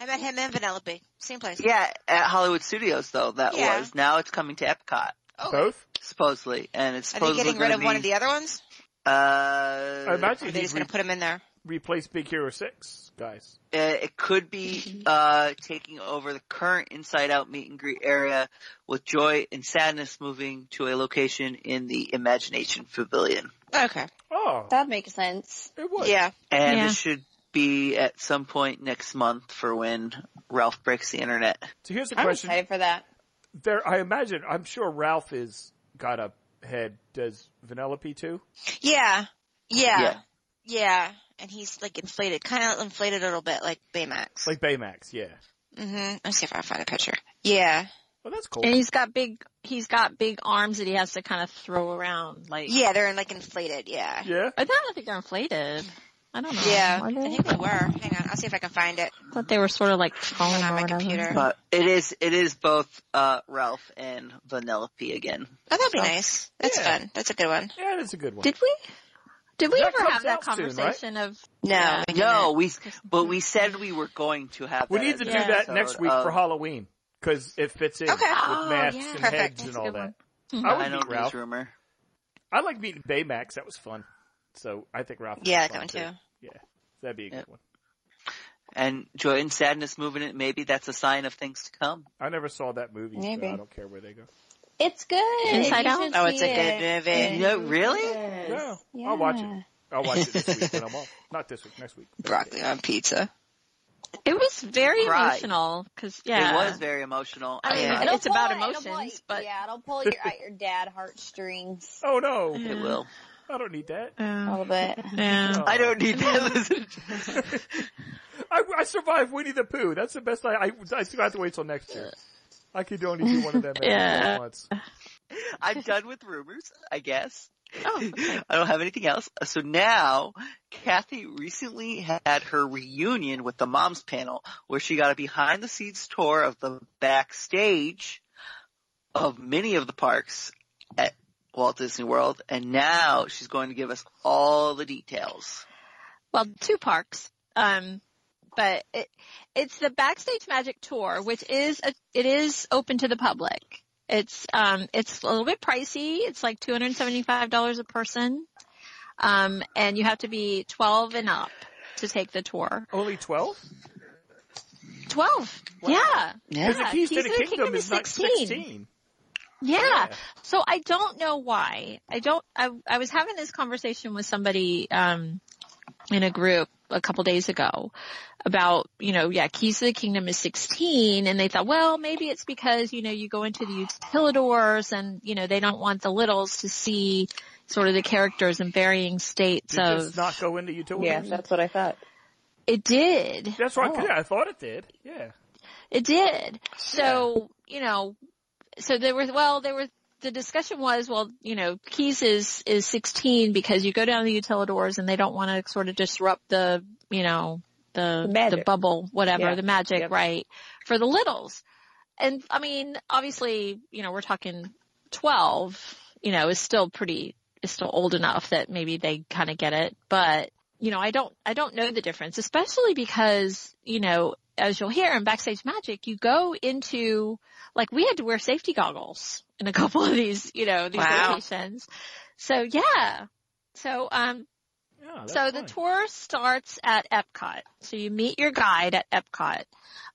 [SPEAKER 4] I met him and Vanellope. Same place.
[SPEAKER 1] Yeah, at Hollywood Studios though that
[SPEAKER 4] Yeah.
[SPEAKER 1] was. Now it's coming to Epcot
[SPEAKER 3] Both.
[SPEAKER 1] supposedly, and it's
[SPEAKER 4] Are they
[SPEAKER 1] supposedly
[SPEAKER 4] getting rid
[SPEAKER 1] gonna
[SPEAKER 4] of one of
[SPEAKER 1] be,
[SPEAKER 4] the other ones?
[SPEAKER 1] Uh,
[SPEAKER 3] I
[SPEAKER 4] Or are
[SPEAKER 3] imagine
[SPEAKER 4] they
[SPEAKER 3] he's
[SPEAKER 4] just going
[SPEAKER 3] re-
[SPEAKER 4] to put him in there?
[SPEAKER 3] replaced Big Hero Six guys.
[SPEAKER 1] uh, it could be uh taking over the current Inside Out meet and greet area, with Joy and Sadness moving to a location in the Imagination Pavilion,
[SPEAKER 4] Okay.
[SPEAKER 3] Oh,
[SPEAKER 8] That makes sense.
[SPEAKER 3] it was.
[SPEAKER 4] Yeah.
[SPEAKER 1] and
[SPEAKER 5] Yeah.
[SPEAKER 1] it should be at some point next month for when Ralph breaks the internet.
[SPEAKER 3] So here's the
[SPEAKER 8] I'm
[SPEAKER 3] question:
[SPEAKER 8] excited for that.
[SPEAKER 3] There, I imagine. I'm sure Ralph is got a head. Does Vanellope too?
[SPEAKER 4] Yeah. Yeah.
[SPEAKER 1] Yeah.
[SPEAKER 4] Yeah. And he's like inflated, kind of inflated a little bit like Baymax.
[SPEAKER 3] Like Baymax, yeah.
[SPEAKER 4] mm-hmm. Let's see if I can find a picture. Yeah.
[SPEAKER 3] Oh, that's cool.
[SPEAKER 5] And he's got big, he's got big arms that he has to kind of throw around. Like,
[SPEAKER 4] Yeah, they're in like inflated. Yeah.
[SPEAKER 3] Yeah.
[SPEAKER 5] I don't think they're inflated. I don't know.
[SPEAKER 4] Yeah.
[SPEAKER 5] Are
[SPEAKER 4] I
[SPEAKER 5] they?
[SPEAKER 4] think they were. Hang on. I'll see if I can find it.
[SPEAKER 5] I thought they were sort of like foam
[SPEAKER 4] on
[SPEAKER 5] or
[SPEAKER 4] my
[SPEAKER 5] whatever.
[SPEAKER 4] computer.
[SPEAKER 1] But it is it is both uh Ralph and Vanellope again.
[SPEAKER 4] Oh, that'll be nice. That's
[SPEAKER 3] Yeah.
[SPEAKER 4] fun. That's a good one.
[SPEAKER 3] Yeah, that's a good one.
[SPEAKER 5] Did we? Did we
[SPEAKER 3] That
[SPEAKER 5] ever
[SPEAKER 3] comes
[SPEAKER 5] have that
[SPEAKER 3] out soon, right?
[SPEAKER 5] conversation of
[SPEAKER 4] No.
[SPEAKER 5] Yeah.
[SPEAKER 4] we didn't.
[SPEAKER 1] No, we but we said we were going to have.
[SPEAKER 3] we
[SPEAKER 1] that
[SPEAKER 3] need to
[SPEAKER 1] as
[SPEAKER 3] do
[SPEAKER 1] an
[SPEAKER 5] Yeah.
[SPEAKER 3] that
[SPEAKER 1] episode
[SPEAKER 3] next week
[SPEAKER 1] of-
[SPEAKER 3] for Halloween because it fits in
[SPEAKER 4] Okay.
[SPEAKER 3] with
[SPEAKER 5] Oh,
[SPEAKER 3] masks
[SPEAKER 5] yeah.
[SPEAKER 3] and
[SPEAKER 4] Perfect.
[SPEAKER 3] heads
[SPEAKER 5] That's
[SPEAKER 3] and
[SPEAKER 5] a
[SPEAKER 3] all
[SPEAKER 5] good
[SPEAKER 3] that.
[SPEAKER 5] one.
[SPEAKER 3] I
[SPEAKER 1] I
[SPEAKER 3] would
[SPEAKER 1] don't
[SPEAKER 3] meet Ralph.
[SPEAKER 1] news rumor.
[SPEAKER 3] I like meeting Baymax. That was fun. So I think Ralph. would
[SPEAKER 4] Yeah, I
[SPEAKER 3] be
[SPEAKER 4] like that
[SPEAKER 3] fun
[SPEAKER 4] one too.
[SPEAKER 3] Yeah, that'd be a good
[SPEAKER 1] Yep.
[SPEAKER 3] one.
[SPEAKER 1] And joy and sadness moving it. Maybe that's a sign of things to come.
[SPEAKER 3] I never saw that movie. so
[SPEAKER 8] Maybe.
[SPEAKER 3] I don't care where they go.
[SPEAKER 8] It's good.
[SPEAKER 5] Inside
[SPEAKER 8] You
[SPEAKER 5] Out?
[SPEAKER 8] should
[SPEAKER 4] Oh, it's
[SPEAKER 8] see
[SPEAKER 4] a good
[SPEAKER 8] it.
[SPEAKER 1] You
[SPEAKER 4] movie.
[SPEAKER 1] know, really?
[SPEAKER 3] Yeah,
[SPEAKER 8] Yeah.
[SPEAKER 3] I'll watch it. I'll watch it this week when I'm off. Not this week, next week.
[SPEAKER 4] Broccoli on pizza.
[SPEAKER 5] It was very
[SPEAKER 1] Right.
[SPEAKER 5] emotional because yeah,
[SPEAKER 1] It was very emotional.
[SPEAKER 5] I mean,
[SPEAKER 1] I-
[SPEAKER 5] it'll- It's about
[SPEAKER 8] pull at- pull
[SPEAKER 5] emotions,
[SPEAKER 8] at-
[SPEAKER 5] but-
[SPEAKER 8] yeah, it'll pull your at your dad heartstrings
[SPEAKER 3] Oh no,
[SPEAKER 1] it will.
[SPEAKER 3] I don't need that.
[SPEAKER 8] a
[SPEAKER 5] Yeah.
[SPEAKER 1] Mm.
[SPEAKER 8] little bit.
[SPEAKER 5] yeah.
[SPEAKER 3] Oh.
[SPEAKER 1] I don't need that.
[SPEAKER 3] I, I survived Winnie the Pooh. That's the best I, I, I still have to wait till next year. I could only do one of them
[SPEAKER 5] Yeah.
[SPEAKER 3] at once.
[SPEAKER 1] I'm done with rumors, I guess.
[SPEAKER 5] Oh, okay.
[SPEAKER 1] I don't have anything else. So now, Kathy recently had her reunion with the Moms panel where she got a behind the scenes tour of the backstage of many of the parks at Walt Disney World and now she's going to give us all the details.
[SPEAKER 5] Well, two parks. Um, but it, it's the backstage magic tour, which is a, it is open to the public. It's um, it's a little bit pricey. It's like two hundred seventy five dollars a person, um, and you have to be twelve and up to take the tour.
[SPEAKER 3] Only 12?
[SPEAKER 5] Twelve. Yeah.
[SPEAKER 1] Yeah.
[SPEAKER 3] Because the Keys to the Kingdom, is not 16.
[SPEAKER 5] Yeah. So I don't know why. I don't, I, I was having this conversation with somebody, um, in a group a couple days ago about, you know, yeah, Keys to the Kingdom is 16 and they thought, well, maybe it's because, you know, you go into the utilidors and, you know, they don't want the littles to see sort of the characters in varying states
[SPEAKER 3] Did this
[SPEAKER 5] of,
[SPEAKER 3] not go into utility?
[SPEAKER 7] Yeah, that's what I thought.
[SPEAKER 5] it did.
[SPEAKER 3] That's right. Yeah, I thought it did. Yeah.
[SPEAKER 5] It did. So, you know, so there was, well, there was, the discussion was, well, you know, Keys is, is 16 because you go down the utilidors and they don't want to sort of disrupt the, you know, the,
[SPEAKER 7] The
[SPEAKER 5] the,
[SPEAKER 7] magic.
[SPEAKER 5] bubble, whatever,
[SPEAKER 7] Yeah.
[SPEAKER 5] the magic,
[SPEAKER 7] Yep.
[SPEAKER 5] right, for the littles. And I mean, obviously, you know, we're talking 12, you know, is still pretty, is still old enough that maybe they kind of get it, but you know, I don't, I don't know the difference, especially because, you know, as you'll hear in Backstage Magic, you go into, like we had to wear safety goggles in a couple of these, you know, these
[SPEAKER 1] Wow.
[SPEAKER 5] locations. So yeah. So, um,
[SPEAKER 3] Yeah, that's
[SPEAKER 5] so the
[SPEAKER 3] fine.
[SPEAKER 5] tour starts at Epcot. So you meet your guide at Epcot.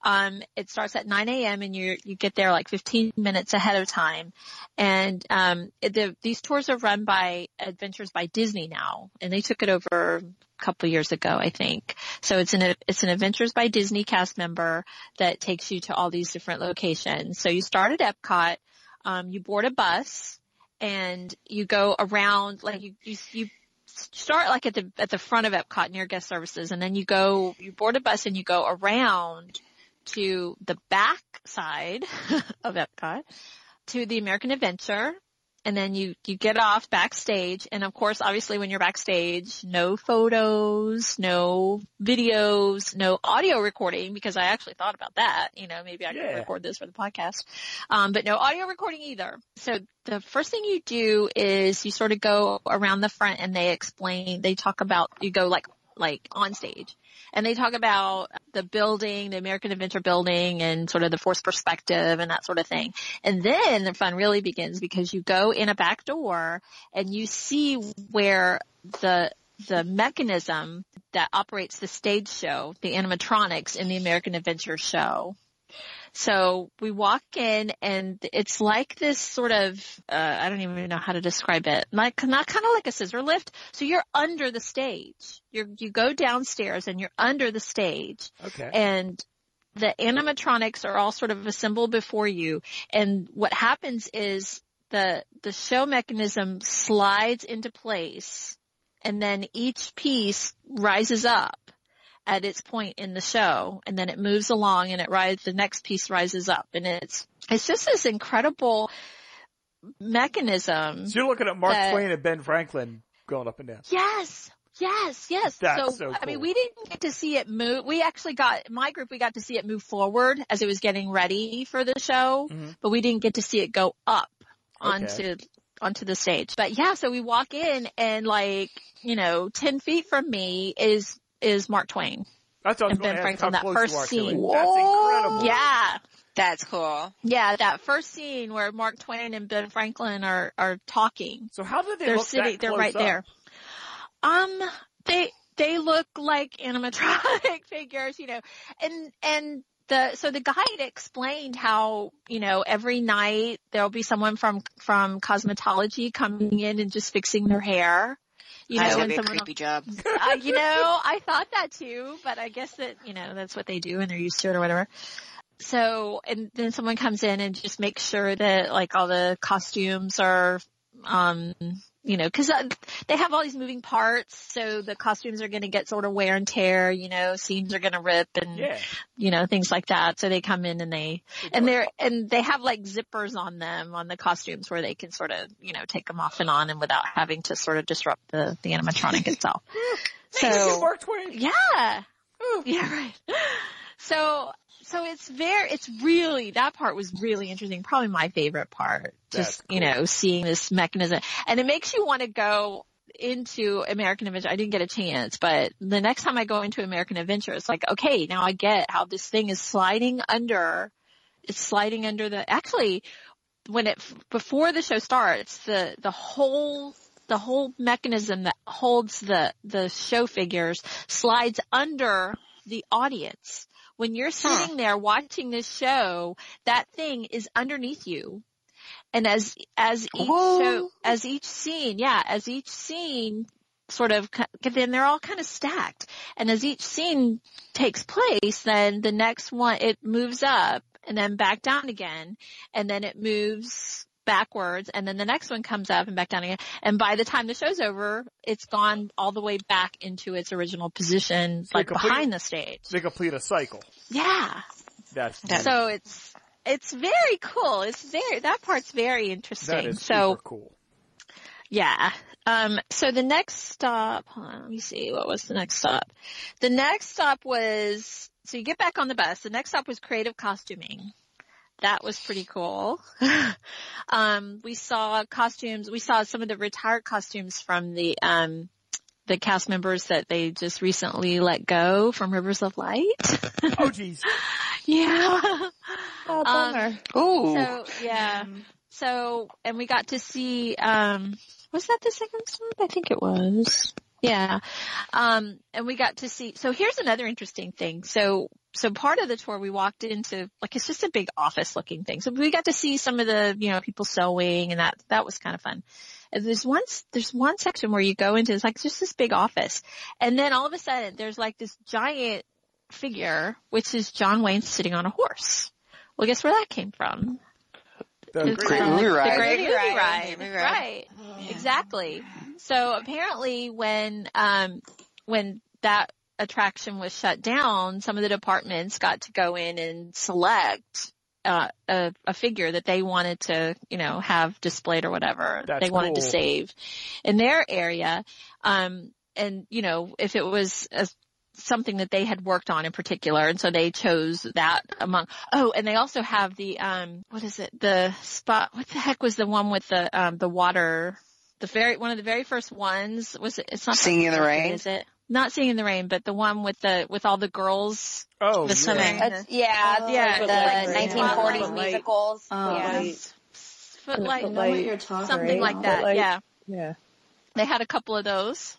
[SPEAKER 5] Um, it starts at 9 a.m. and you you get there like 15 minutes ahead of time. And um, it- the, these tours are run by Adventures by Disney now, and they took it over a couple years ago, I think. So it's an it's an Adventures by Disney cast member that takes you to all these different locations. So you start at Epcot. Um, you board a bus and you go around like you you, you start like at the at the front of Epcot near guest services, and then you go you board a bus and you go around to the back side of Epcot to the American Adventure, and then you you get off backstage, and of course, obviously, when you're backstage, no photos, no videos, no audio recording because I actually thought about that. You know, maybe I could
[SPEAKER 3] Yeah.
[SPEAKER 5] record this for the podcast, um, but no audio recording either. So the first thing you do is you sort of go around the front, and they explain, they talk about, you go like like on stage and they talk about the building, the American Adventure building and sort of the forced perspective and that sort of thing. And then the fun really begins because you go in a back door and you see where the the mechanism that operates the stage show, the animatronics in the American Adventure show. So we walk in and it's like this sort of, uh, I don't even know how to describe it. Like, not kind of like a scissor lift. So you're under the stage. You're, you go downstairs and you're under the stage
[SPEAKER 3] Okay.
[SPEAKER 5] and the animatronics are all sort of assembled before you and what happens is the the show mechanism slides into place and then each piece rises up at its point in the show and then it moves along and it rides the next piece rises up and it's it's just this incredible mechanism
[SPEAKER 3] So you're looking at Mark
[SPEAKER 5] that-
[SPEAKER 3] Twain and Ben Franklin going up and down.
[SPEAKER 5] Yes. Yes, yes.
[SPEAKER 3] That's
[SPEAKER 5] so,
[SPEAKER 3] so
[SPEAKER 5] I mean,
[SPEAKER 3] cool.
[SPEAKER 5] we didn't get to see it move. We actually got, my group, we got to see it move forward as it was getting ready for the show,
[SPEAKER 3] Mhm.
[SPEAKER 5] but we didn't get to see it go up
[SPEAKER 3] Okay.
[SPEAKER 5] onto, onto the stage. But yeah, so we walk in and like, you know, 10 feet from me is, is Mark Twain.
[SPEAKER 3] That's what I was
[SPEAKER 5] And
[SPEAKER 3] going
[SPEAKER 5] Ben
[SPEAKER 3] to ask
[SPEAKER 5] Franklin,
[SPEAKER 3] how
[SPEAKER 5] that
[SPEAKER 3] close
[SPEAKER 5] first
[SPEAKER 3] you are to
[SPEAKER 5] scene.
[SPEAKER 3] it. That's incredible.
[SPEAKER 5] Yeah.
[SPEAKER 4] That's cool.
[SPEAKER 5] Yeah. That first scene where Mark Twain and Ben Franklin are, are talking
[SPEAKER 3] So how did they
[SPEAKER 5] they're
[SPEAKER 3] look
[SPEAKER 5] sitting
[SPEAKER 3] that
[SPEAKER 5] they're
[SPEAKER 3] close
[SPEAKER 5] right
[SPEAKER 3] up?
[SPEAKER 5] there um they they look like animatronic figures you know and and the so the guide explained how you know every night there'll be someone from from cosmetology coming in and just fixing their hair you
[SPEAKER 4] That's gonna
[SPEAKER 5] know and
[SPEAKER 4] be a
[SPEAKER 5] someone
[SPEAKER 4] creepy job.
[SPEAKER 5] uh, you know, I thought that too, but I guess that, you know, that's what they do and they're used to it or whatever. So, and then someone comes in and just makes sure that like all the costumes are, um, you know, cause uh, they have all these moving parts. So the costumes are going to get sort of wear and tear, you know, seams are going to rip and,
[SPEAKER 3] Yeah.
[SPEAKER 5] you know, things like that. So they come in and they, and they're, and they have like zippers on them on the costumes where they can sort of, you know, take them off and on and without having to sort of disrupt the, the animatronic itself.
[SPEAKER 3] Freaking
[SPEAKER 5] so
[SPEAKER 3] Mark Twain.
[SPEAKER 5] yeah,
[SPEAKER 3] Ooh.
[SPEAKER 5] yeah, right. So, so it's very, it's really, that part was really interesting. Probably my favorite part. Just,
[SPEAKER 3] That's
[SPEAKER 5] you know, seeing this mechanism and it makes you want to go into American Adventure. I didn't get a chance, but the next time I go into American Adventure, it's like, okay, now I get how this thing is sliding under, it's sliding under the, actually, when it, before the show starts, the, the whole the whole mechanism that holds the the show figures slides under the audience. When you're sitting there watching this show, that thing is underneath you. And as as each show, as each scene, yeah, as each scene sort of ki- then they're all kind of stacked. And as each scene takes place, then the next one it moves up and then back down again and then it moves backwards and then the next one comes up and back down again and by the time the show's over it's gone all the way back into its original position
[SPEAKER 3] they
[SPEAKER 5] like
[SPEAKER 3] complete-
[SPEAKER 5] behind the stage
[SPEAKER 3] They complete a cycle.
[SPEAKER 5] yeah
[SPEAKER 3] That's
[SPEAKER 5] so it's it's very cool it's very that part's very interesting
[SPEAKER 3] that is
[SPEAKER 5] so
[SPEAKER 3] super cool.
[SPEAKER 5] yeah. Um, so the next stop, hold on, let me see, what was the next stop? The next stop was, so you get back on the bus. The next stop was creative costuming. That was pretty cool. um, we saw costumes, we saw some of the retired costumes from the, um, the cast members that they just recently let go from Rivers of Light.
[SPEAKER 3] Oh geez.
[SPEAKER 5] yeah.
[SPEAKER 7] Oh,
[SPEAKER 5] Um,
[SPEAKER 7] bummer.
[SPEAKER 1] Ooh.
[SPEAKER 5] So yeah. So and we got to see um was that the second stop? I think it was. Yeah. Um and we got to see so here's another interesting thing. So so part of the tour we walked into like it's just a big office looking thing. So we got to see some of the, you know, people sewing and that that was kind of fun. And there's one s- there's one section where you go into it's like just this big office. And then all of a sudden there's like this giant figure which is John Wayne sitting on a horse. Well, guess where that came from?
[SPEAKER 3] The
[SPEAKER 5] It's
[SPEAKER 1] Great
[SPEAKER 5] uh, from
[SPEAKER 3] great
[SPEAKER 1] movie
[SPEAKER 5] The
[SPEAKER 1] ride.
[SPEAKER 5] Great Movie Ride. Oh,
[SPEAKER 4] Movie ride.
[SPEAKER 5] Right. Exactly. So apparently when, um, when that attraction was shut down, some of the departments got to go in and select uh, a, a figure that they wanted to, you know, have displayed or whatever
[SPEAKER 3] That's
[SPEAKER 5] they wanted to
[SPEAKER 3] cool.
[SPEAKER 5] save in their area. Um, and you know, if it was a, something that they had worked on in particular, and so they chose that among. Oh, and they also have the um, what is it? The spot. What the heck was the one with the um, the water? The very one of the very first ones was it? It's not
[SPEAKER 1] Singing in the
[SPEAKER 5] Bucket,
[SPEAKER 1] Rain?
[SPEAKER 5] is it? Not singing in the rain, but the one with the with all the girls
[SPEAKER 3] Oh
[SPEAKER 5] the
[SPEAKER 3] yeah.
[SPEAKER 5] swimming.
[SPEAKER 8] That's, yeah,
[SPEAKER 7] Oh,
[SPEAKER 5] yeah,
[SPEAKER 8] the
[SPEAKER 7] but like-
[SPEAKER 5] the
[SPEAKER 8] 1940s
[SPEAKER 7] Spotlight.
[SPEAKER 8] musicals.
[SPEAKER 6] Oh,
[SPEAKER 8] yeah.
[SPEAKER 6] okay.
[SPEAKER 7] Footlight.
[SPEAKER 5] Footlight,
[SPEAKER 6] I know what
[SPEAKER 7] Footlight.
[SPEAKER 6] you're talking
[SPEAKER 5] something
[SPEAKER 7] Right.
[SPEAKER 5] like
[SPEAKER 6] about.
[SPEAKER 5] that.
[SPEAKER 7] Footlight.
[SPEAKER 5] Yeah,
[SPEAKER 7] Yeah.
[SPEAKER 5] they had a couple of those.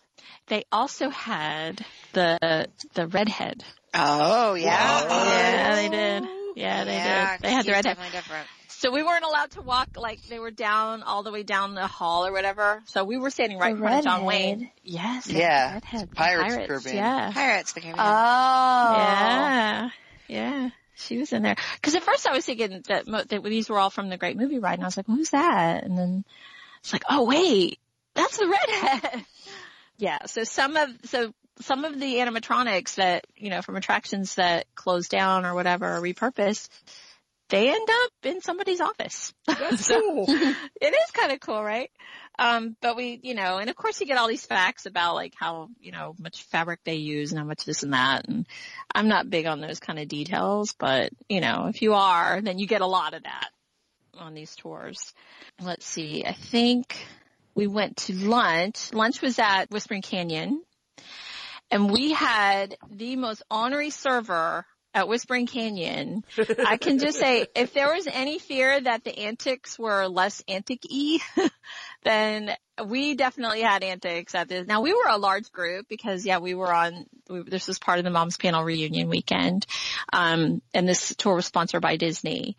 [SPEAKER 5] They also had the the redhead.
[SPEAKER 4] Oh, yeah.
[SPEAKER 5] Yeah, they did. Oh. Yeah, they
[SPEAKER 4] Yeah,
[SPEAKER 5] did. They had the
[SPEAKER 4] she's
[SPEAKER 5] redhead.
[SPEAKER 4] definitely different.
[SPEAKER 5] So we weren't allowed to walk like they were down all the way down the hall or whatever. So we were standing right in
[SPEAKER 8] The
[SPEAKER 5] front of John
[SPEAKER 8] redhead.
[SPEAKER 5] Wayne. Yes.
[SPEAKER 1] Yeah.
[SPEAKER 5] Redhead.
[SPEAKER 1] Pirates
[SPEAKER 5] Pirates.
[SPEAKER 1] Caribbean.
[SPEAKER 5] Yeah.
[SPEAKER 4] Pirates became
[SPEAKER 5] Uh,
[SPEAKER 8] Oh.
[SPEAKER 5] Yeah. Yeah. She was in there. Cause at first I was thinking that, mo- that these were all from the great movie ride and I was like, who's that? And then it's like, oh wait, that's the redhead. yeah. So some of, so some of the animatronics that, you know, from attractions that closed down or whatever or repurposed, they end up in somebody's office.
[SPEAKER 3] That's
[SPEAKER 5] So-
[SPEAKER 3] cool.
[SPEAKER 5] it is kind of cool, right? Um, but we, you know, and of course you get all these facts about like how, you know, much fabric they use and how much this and that. And I'm not big on those kind of details, but you know, if you are, then you get a lot of that on these tours. Let's see. I think we went to lunch. Lunch was at Whispering Canyon and we had the most ornery server at Whispering Canyon. I can just say if there was any fear that the antics were less antic-y, then we definitely had antics at this. Now we were a large group because yeah, we were on, we, this was part of the mom's panel reunion weekend. Um, and this tour was sponsored by Disney.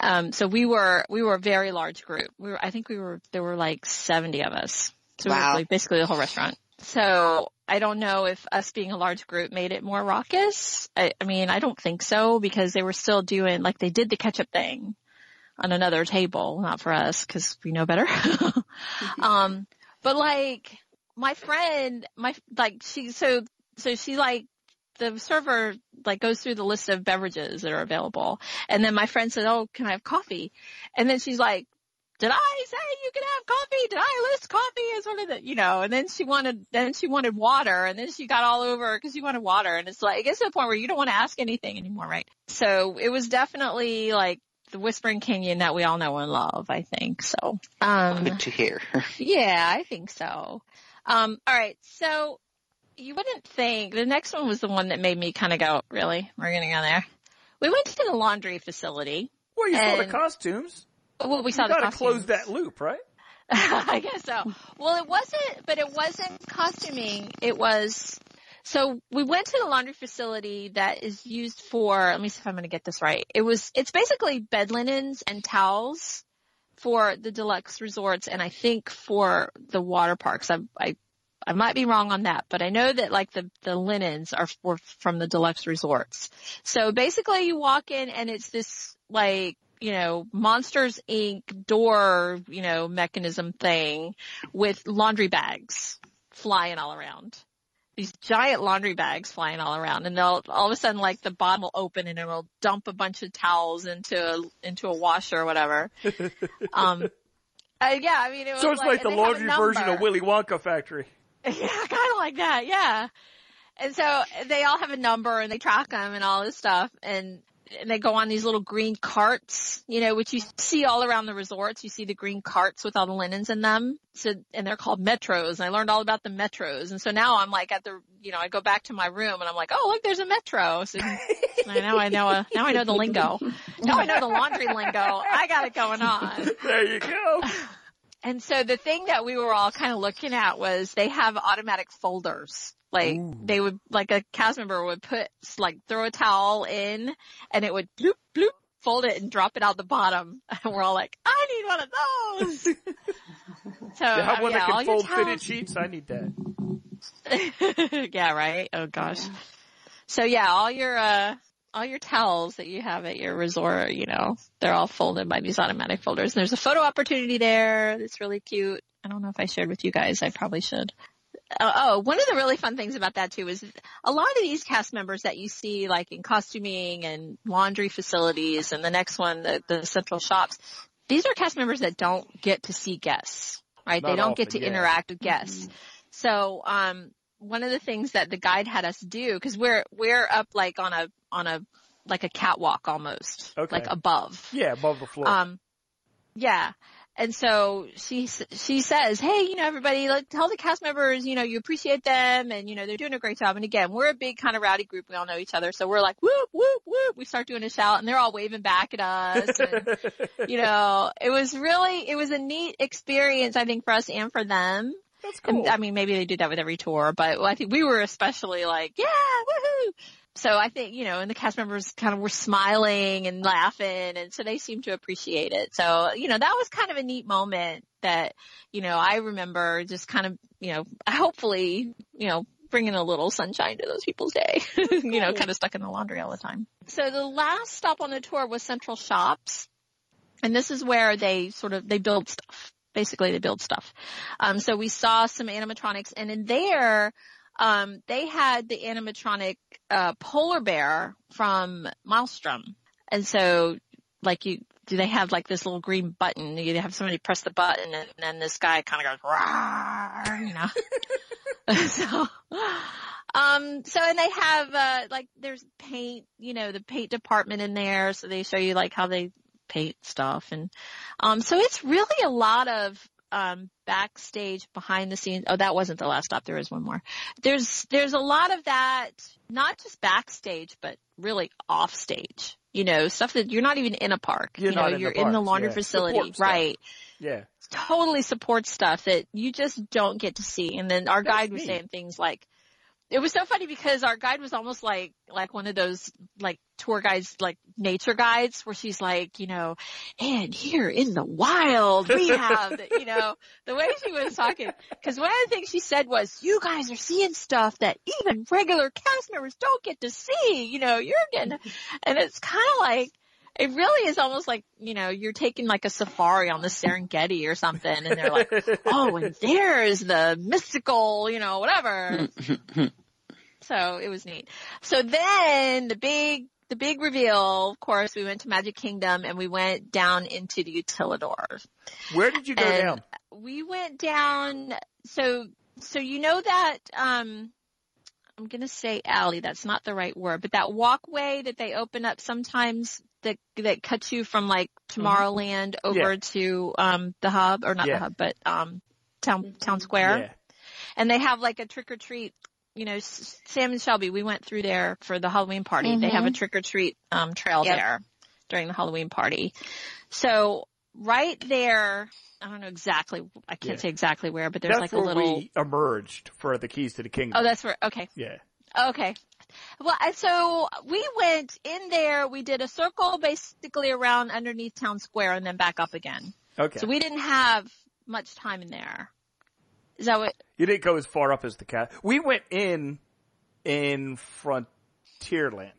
[SPEAKER 5] Um, so we were, we were a very large group. We were, I think we were, there were like 70 of us. So we were
[SPEAKER 4] Wow.
[SPEAKER 5] like basically the whole restaurant. So I don't know if us being a large group made it more raucous. I, I mean, I don't think so because they were still doing, like they did the ketchup thing on another table, not for us because we know better. um, But like my friend, my like she so so she like the server like goes through the list of beverages that are available, and then my friend said, "Oh, can I have coffee?" And then she's like, "Did I say you can have coffee? Did I list coffee as one of the you know?" And then she wanted then she wanted water, and then she got all over because she wanted water, and it's like it gets to the point where you don't want to ask anything anymore, right? So it was definitely like the Whispering Canyon that we all know and love, I think. So, um,
[SPEAKER 1] Good to hear.
[SPEAKER 5] yeah, I think so. Um, all right. So you wouldn't think the next one was the one that made me kind of go, really? We're going to go there. We went to the laundry facility.
[SPEAKER 3] Well, you saw the
[SPEAKER 5] And-
[SPEAKER 3] costumes.
[SPEAKER 5] Well, we
[SPEAKER 3] You
[SPEAKER 5] saw the
[SPEAKER 3] gotta
[SPEAKER 5] costumes.
[SPEAKER 3] close that loop, right?
[SPEAKER 5] I guess so. Well, it wasn't, but it wasn't costuming. It was, so we went to the laundry facility that is used for, let me see if I'm going to get this right. It was, it's basically bed linens and towels for the deluxe resorts and I think for the water parks. I, I, I might be wrong on that, but I know that like the, the linens are for, from the deluxe resorts. So basically you walk in and it's this like, you know, Monsters Inc. door, you know, mechanism thing with laundry bags flying all around. These giant laundry bags flying all around and they'll all of a sudden like the bottom will open and it'll dump a bunch of towels into a, into a washer or whatever. Um, uh, yeah, I mean, it was
[SPEAKER 3] So it's like, the
[SPEAKER 5] and they have a
[SPEAKER 3] laundry version of
[SPEAKER 5] number.
[SPEAKER 3] Willy Wonka Factory.
[SPEAKER 5] Yeah, kind of like that. Yeah. And so they all have a number and they track them and all this stuff and, and they go on these little green carts, you know, which you see all around the resorts. You see the green carts with all the linens in them. So, and they're called metros. And I learned all about the metros. And so now I'm like at the, you know, I go back to my room and I'm like, oh, look, there's a metro. So now I know, a, now I know the lingo. Now I know the laundry lingo. I got it going on.
[SPEAKER 3] There you go.
[SPEAKER 5] And so the thing that we were all kind of looking at was they have automatic folders. Like they would, like a cast member would put, like throw a towel in and it would bloop, bloop, fold it and drop it out the bottom. And we're all like, I need one of those. so
[SPEAKER 3] I have
[SPEAKER 5] um,
[SPEAKER 3] one
[SPEAKER 5] yeah,
[SPEAKER 3] that
[SPEAKER 5] all
[SPEAKER 3] can
[SPEAKER 5] your
[SPEAKER 3] fold
[SPEAKER 5] towels
[SPEAKER 3] fitted sheets. I need that.
[SPEAKER 5] yeah, right. Oh gosh. So yeah, all your uh all your towels that you have at your resort, you know, they're all folded by these automatic folders. And there's a photo opportunity there that's really cute. I don't know if I shared with you guys. I probably should. Uh, oh, one of the really fun things about that too is a lot of these cast members that you see like in costuming and laundry facilities and the next one, the, the central shops, these are cast members that don't get to see guests, right?
[SPEAKER 3] Not
[SPEAKER 5] they don't get
[SPEAKER 3] often,
[SPEAKER 5] to
[SPEAKER 3] yeah.
[SPEAKER 5] interact with guests. So, um, one of the things that the guide had us do, because we're we're up like on a on a like a catwalk almost,
[SPEAKER 3] Okay.
[SPEAKER 5] like above.
[SPEAKER 3] Yeah, above the floor.
[SPEAKER 5] Um, yeah. And so she s- she says, "Hey, you know, everybody, like, tell the cast members, you know, you appreciate them, and you know, they're doing a great job." And again, we're a big kind of rowdy group; we all know each other, so we're like, "Whoop, whoop, whoop!" We start doing a shout, and they're all waving back at us. And, you know, it was really it was a neat experience, I think, for us and for them.
[SPEAKER 3] That's
[SPEAKER 5] And,
[SPEAKER 3] cool.
[SPEAKER 5] I mean, maybe they do that with every tour, but I think we were especially like, yeah, woohoo. So I think, you know, and the cast members kind of were smiling and laughing and so they seemed to appreciate it. So, you know, that was kind of a neat moment that, you know, I remember just kind of, you know, hopefully, you know, bringing a little sunshine to those people's day, you know, kind of stuck in the laundry all the time. So the last stop on the tour was Central Shops and this is where they sort of, they build stuff. Basically they build stuff. Um, so we saw some animatronics and in there, um, they had the animatronic, uh, polar bear from Maelstrom. And so like you, do they have like this little green button? You have somebody press the button and then this guy kind of goes, Rawr, you know? so, um, so and they have, uh, like there's paint, you know, the paint department in there. So they show you like how they paint stuff and, um, so it's really a lot of, um, backstage behind the scenes. Oh, that wasn't the last stop. There is one more. There's, there's a lot of that, not just backstage, but really off stage, you know, stuff that you're not even in a park.
[SPEAKER 3] You're
[SPEAKER 5] you know,
[SPEAKER 3] not in the
[SPEAKER 5] you're in the
[SPEAKER 3] parks,
[SPEAKER 5] laundry
[SPEAKER 3] yeah.
[SPEAKER 5] facility,
[SPEAKER 3] Support stuff.
[SPEAKER 5] right?
[SPEAKER 3] yeah.
[SPEAKER 5] totally support stuff that you just don't get to see. And then our
[SPEAKER 3] That's
[SPEAKER 5] guide was
[SPEAKER 3] neat.
[SPEAKER 5] saying things like, it was so funny because our guide was almost like, like one of those like tour guides, like nature guides where she's like, you know, and here in the wild we have, the-" you know, the way she was talking. Cause one of the things she said was, you guys are seeing stuff that even regular cast members don't get to see, you know, you're getting, and it's kind of like, It really is almost like, you know, you're taking like a safari on the Serengeti or something and they're like, oh, and there's the mystical, you know, whatever. so it was neat. So then the big, the big reveal, of course, we went to Magic Kingdom and we went down into the Utilidor.
[SPEAKER 3] Where did you go
[SPEAKER 5] And
[SPEAKER 3] down?
[SPEAKER 5] We went down, so, so you know that, um, I'm gonna say alley, that's not the right word, but that walkway that they open up sometimes that, that cuts you from like Tomorrowland over to, um, the hub, or not
[SPEAKER 3] Mm-hmm. Yeah.
[SPEAKER 5] the hub, but, um, town, town square
[SPEAKER 3] Yeah.
[SPEAKER 5] and they have like a trick or treat. You know, S- Sam and Shelby, we went through there for the Halloween party. They have a trick or treat um, trail
[SPEAKER 4] Yep.
[SPEAKER 5] there during the Halloween party. So right there, I don't know exactly. I can't
[SPEAKER 3] Yeah.
[SPEAKER 5] say exactly where, but there's
[SPEAKER 3] that's
[SPEAKER 5] like a
[SPEAKER 3] where
[SPEAKER 5] little.
[SPEAKER 3] we emerged for the keys to the kingdom.
[SPEAKER 5] Oh, that's where. Okay.
[SPEAKER 3] yeah.
[SPEAKER 5] Okay. Well, and so we went in there. We did a circle basically around underneath town square and then back up again.
[SPEAKER 3] Okay.
[SPEAKER 5] So we didn't have much time in there. Is that what?
[SPEAKER 3] you didn't go as far up as the cat. We went in in Frontierland,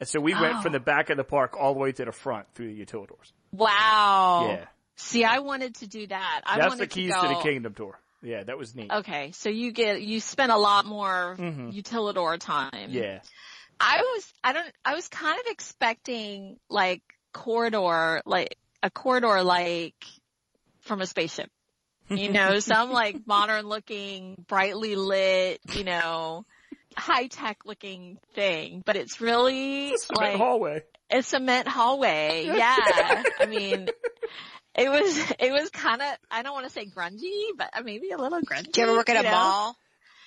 [SPEAKER 3] and so we went
[SPEAKER 5] Oh.
[SPEAKER 3] from the back of the park all the way to the front through the Utilidors.
[SPEAKER 5] Wow.
[SPEAKER 3] yeah,
[SPEAKER 5] See, I wanted to do that. Oh, I
[SPEAKER 3] that's
[SPEAKER 5] wanted
[SPEAKER 3] the keys
[SPEAKER 5] to,
[SPEAKER 3] to,
[SPEAKER 5] go,
[SPEAKER 3] the kingdom tour. Yeah, that was neat.
[SPEAKER 5] Okay, so you get you spent a lot more
[SPEAKER 3] Mhm.
[SPEAKER 5] utilidor time.
[SPEAKER 3] Yeah,
[SPEAKER 5] I was I don't I was kind of expecting like corridor like a corridor like from a spaceship. You know, some like modern looking, brightly lit, you know, high tech looking thing, but it's really
[SPEAKER 3] it's a
[SPEAKER 5] like
[SPEAKER 3] hallway.
[SPEAKER 5] a cement hallway. Yeah. I mean, it was, it was kind of, I don't want to say grungy, but uh, maybe a little grungy.
[SPEAKER 4] Do you ever work at
[SPEAKER 5] you
[SPEAKER 4] a
[SPEAKER 5] know?
[SPEAKER 4] mall?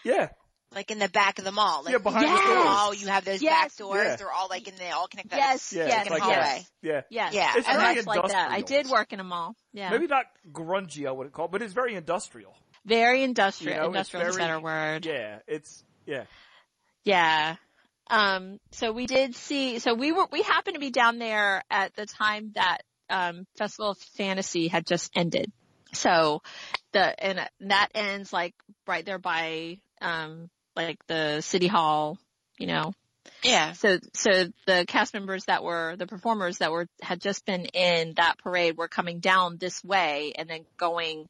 [SPEAKER 3] Yeah,
[SPEAKER 4] Like in the back of the mall? Like
[SPEAKER 3] Yeah, behind
[SPEAKER 5] the doors.
[SPEAKER 4] Oh, you have those back
[SPEAKER 5] Yes.
[SPEAKER 4] doors.
[SPEAKER 3] Yeah.
[SPEAKER 4] They're all like in they all connect.
[SPEAKER 5] Yes,
[SPEAKER 3] yeah,
[SPEAKER 5] yes,
[SPEAKER 3] it's
[SPEAKER 4] Second
[SPEAKER 3] like
[SPEAKER 5] yes,
[SPEAKER 4] hallway.
[SPEAKER 3] that. Yeah,
[SPEAKER 5] yes.
[SPEAKER 4] Yeah.
[SPEAKER 5] It's
[SPEAKER 4] It's
[SPEAKER 5] very
[SPEAKER 4] very
[SPEAKER 5] much like that. I d
[SPEAKER 3] industrial.
[SPEAKER 5] did work in a mall. Yeah.
[SPEAKER 3] maybe not grungy. I wouldn't call, it, but it's very industrial.
[SPEAKER 5] very industrial.
[SPEAKER 3] You know, it's
[SPEAKER 5] industrial is a
[SPEAKER 3] very-
[SPEAKER 5] better word.
[SPEAKER 3] Yeah, it's yeah.
[SPEAKER 5] Yeah. Um, so we did see, so we were, we happened to be down there at the time that, um, Festival of Fantasy had just ended. So the, and that ends like right there by, um, like the city hall, you know,
[SPEAKER 4] Yeah.
[SPEAKER 5] so, so the cast members that were, the performers that were, had just been in that parade were coming down this way and then going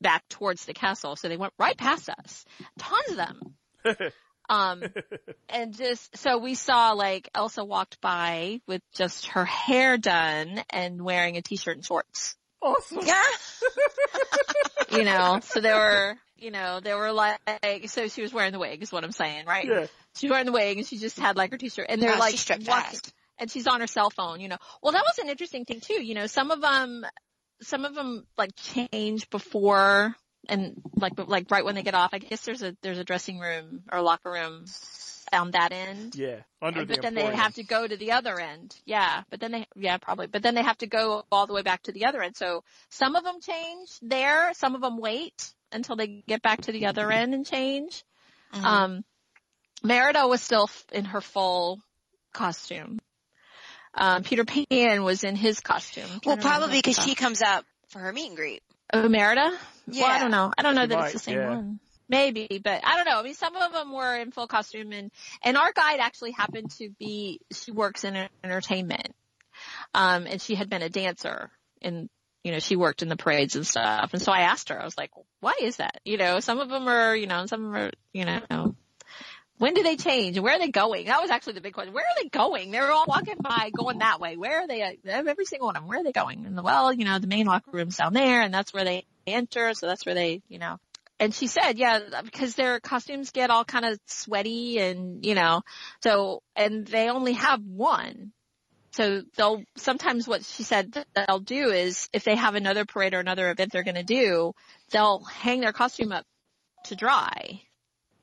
[SPEAKER 5] back towards the castle. So they went right past us. Tons of them. um, and just, so we saw like Elsa walked by with just her hair done and wearing a t-shirt and shorts.
[SPEAKER 3] Awesome.
[SPEAKER 5] You know, so there were, you know, there were like, so she was wearing the wig is what I'm saying, right?
[SPEAKER 3] Yeah.
[SPEAKER 5] She's wearing the wig and she just had like her t-shirt and they're
[SPEAKER 4] Oh,
[SPEAKER 5] like
[SPEAKER 4] she stripped
[SPEAKER 5] walking-
[SPEAKER 4] fast.
[SPEAKER 5] and she's on her cell phone, you know. Well, that was an interesting thing too. You know, some of um, them, some of them like change before and like, like right when they get off. I guess there's a, there's a dressing room or locker room on that end.
[SPEAKER 3] Yeah, under
[SPEAKER 5] And-
[SPEAKER 3] the.
[SPEAKER 5] but then they have to go to the other end. Yeah. But then they, yeah, probably, but then they have to go all the way back to the other end. So some of them change there. Some of them wait until they get back to the other end and change.
[SPEAKER 4] Mhm.
[SPEAKER 5] Um, Merida was still f- in her full costume. Um, Peter Pan was in his costume. I'm
[SPEAKER 4] well,
[SPEAKER 5] trying to remember
[SPEAKER 4] probably because
[SPEAKER 5] that.
[SPEAKER 4] she comes up for her meet and greet.
[SPEAKER 5] Oh, Merida? Well, I
[SPEAKER 4] Yeah.
[SPEAKER 5] don't know. I don't know
[SPEAKER 3] She
[SPEAKER 5] that
[SPEAKER 3] might,
[SPEAKER 5] it's the same
[SPEAKER 3] yeah.
[SPEAKER 5] one. Maybe, but I don't know. I mean, some of them were in full costume and, and our guide actually happened to be, she works in entertainment. Um, and she had been a dancer and, you know, she worked in the parades and stuff. And so I asked her, I was like, why is that? You know, some of them are, you know, and some of them are, you know, when do they change? Where are they going? That was actually the big question. Where are they going? They're all walking by going that way. Where are they? at? Every single one of them. Where are they going? And well, you know, the main locker room's down there and that's where they enter. So that's where they, you know, and she said, yeah, because their costumes get all kind of sweaty and, you know, so, and they only have one. So they'll, sometimes what she said that they'll do is if they have another parade or another event they're going to do, they'll hang their costume up to dry.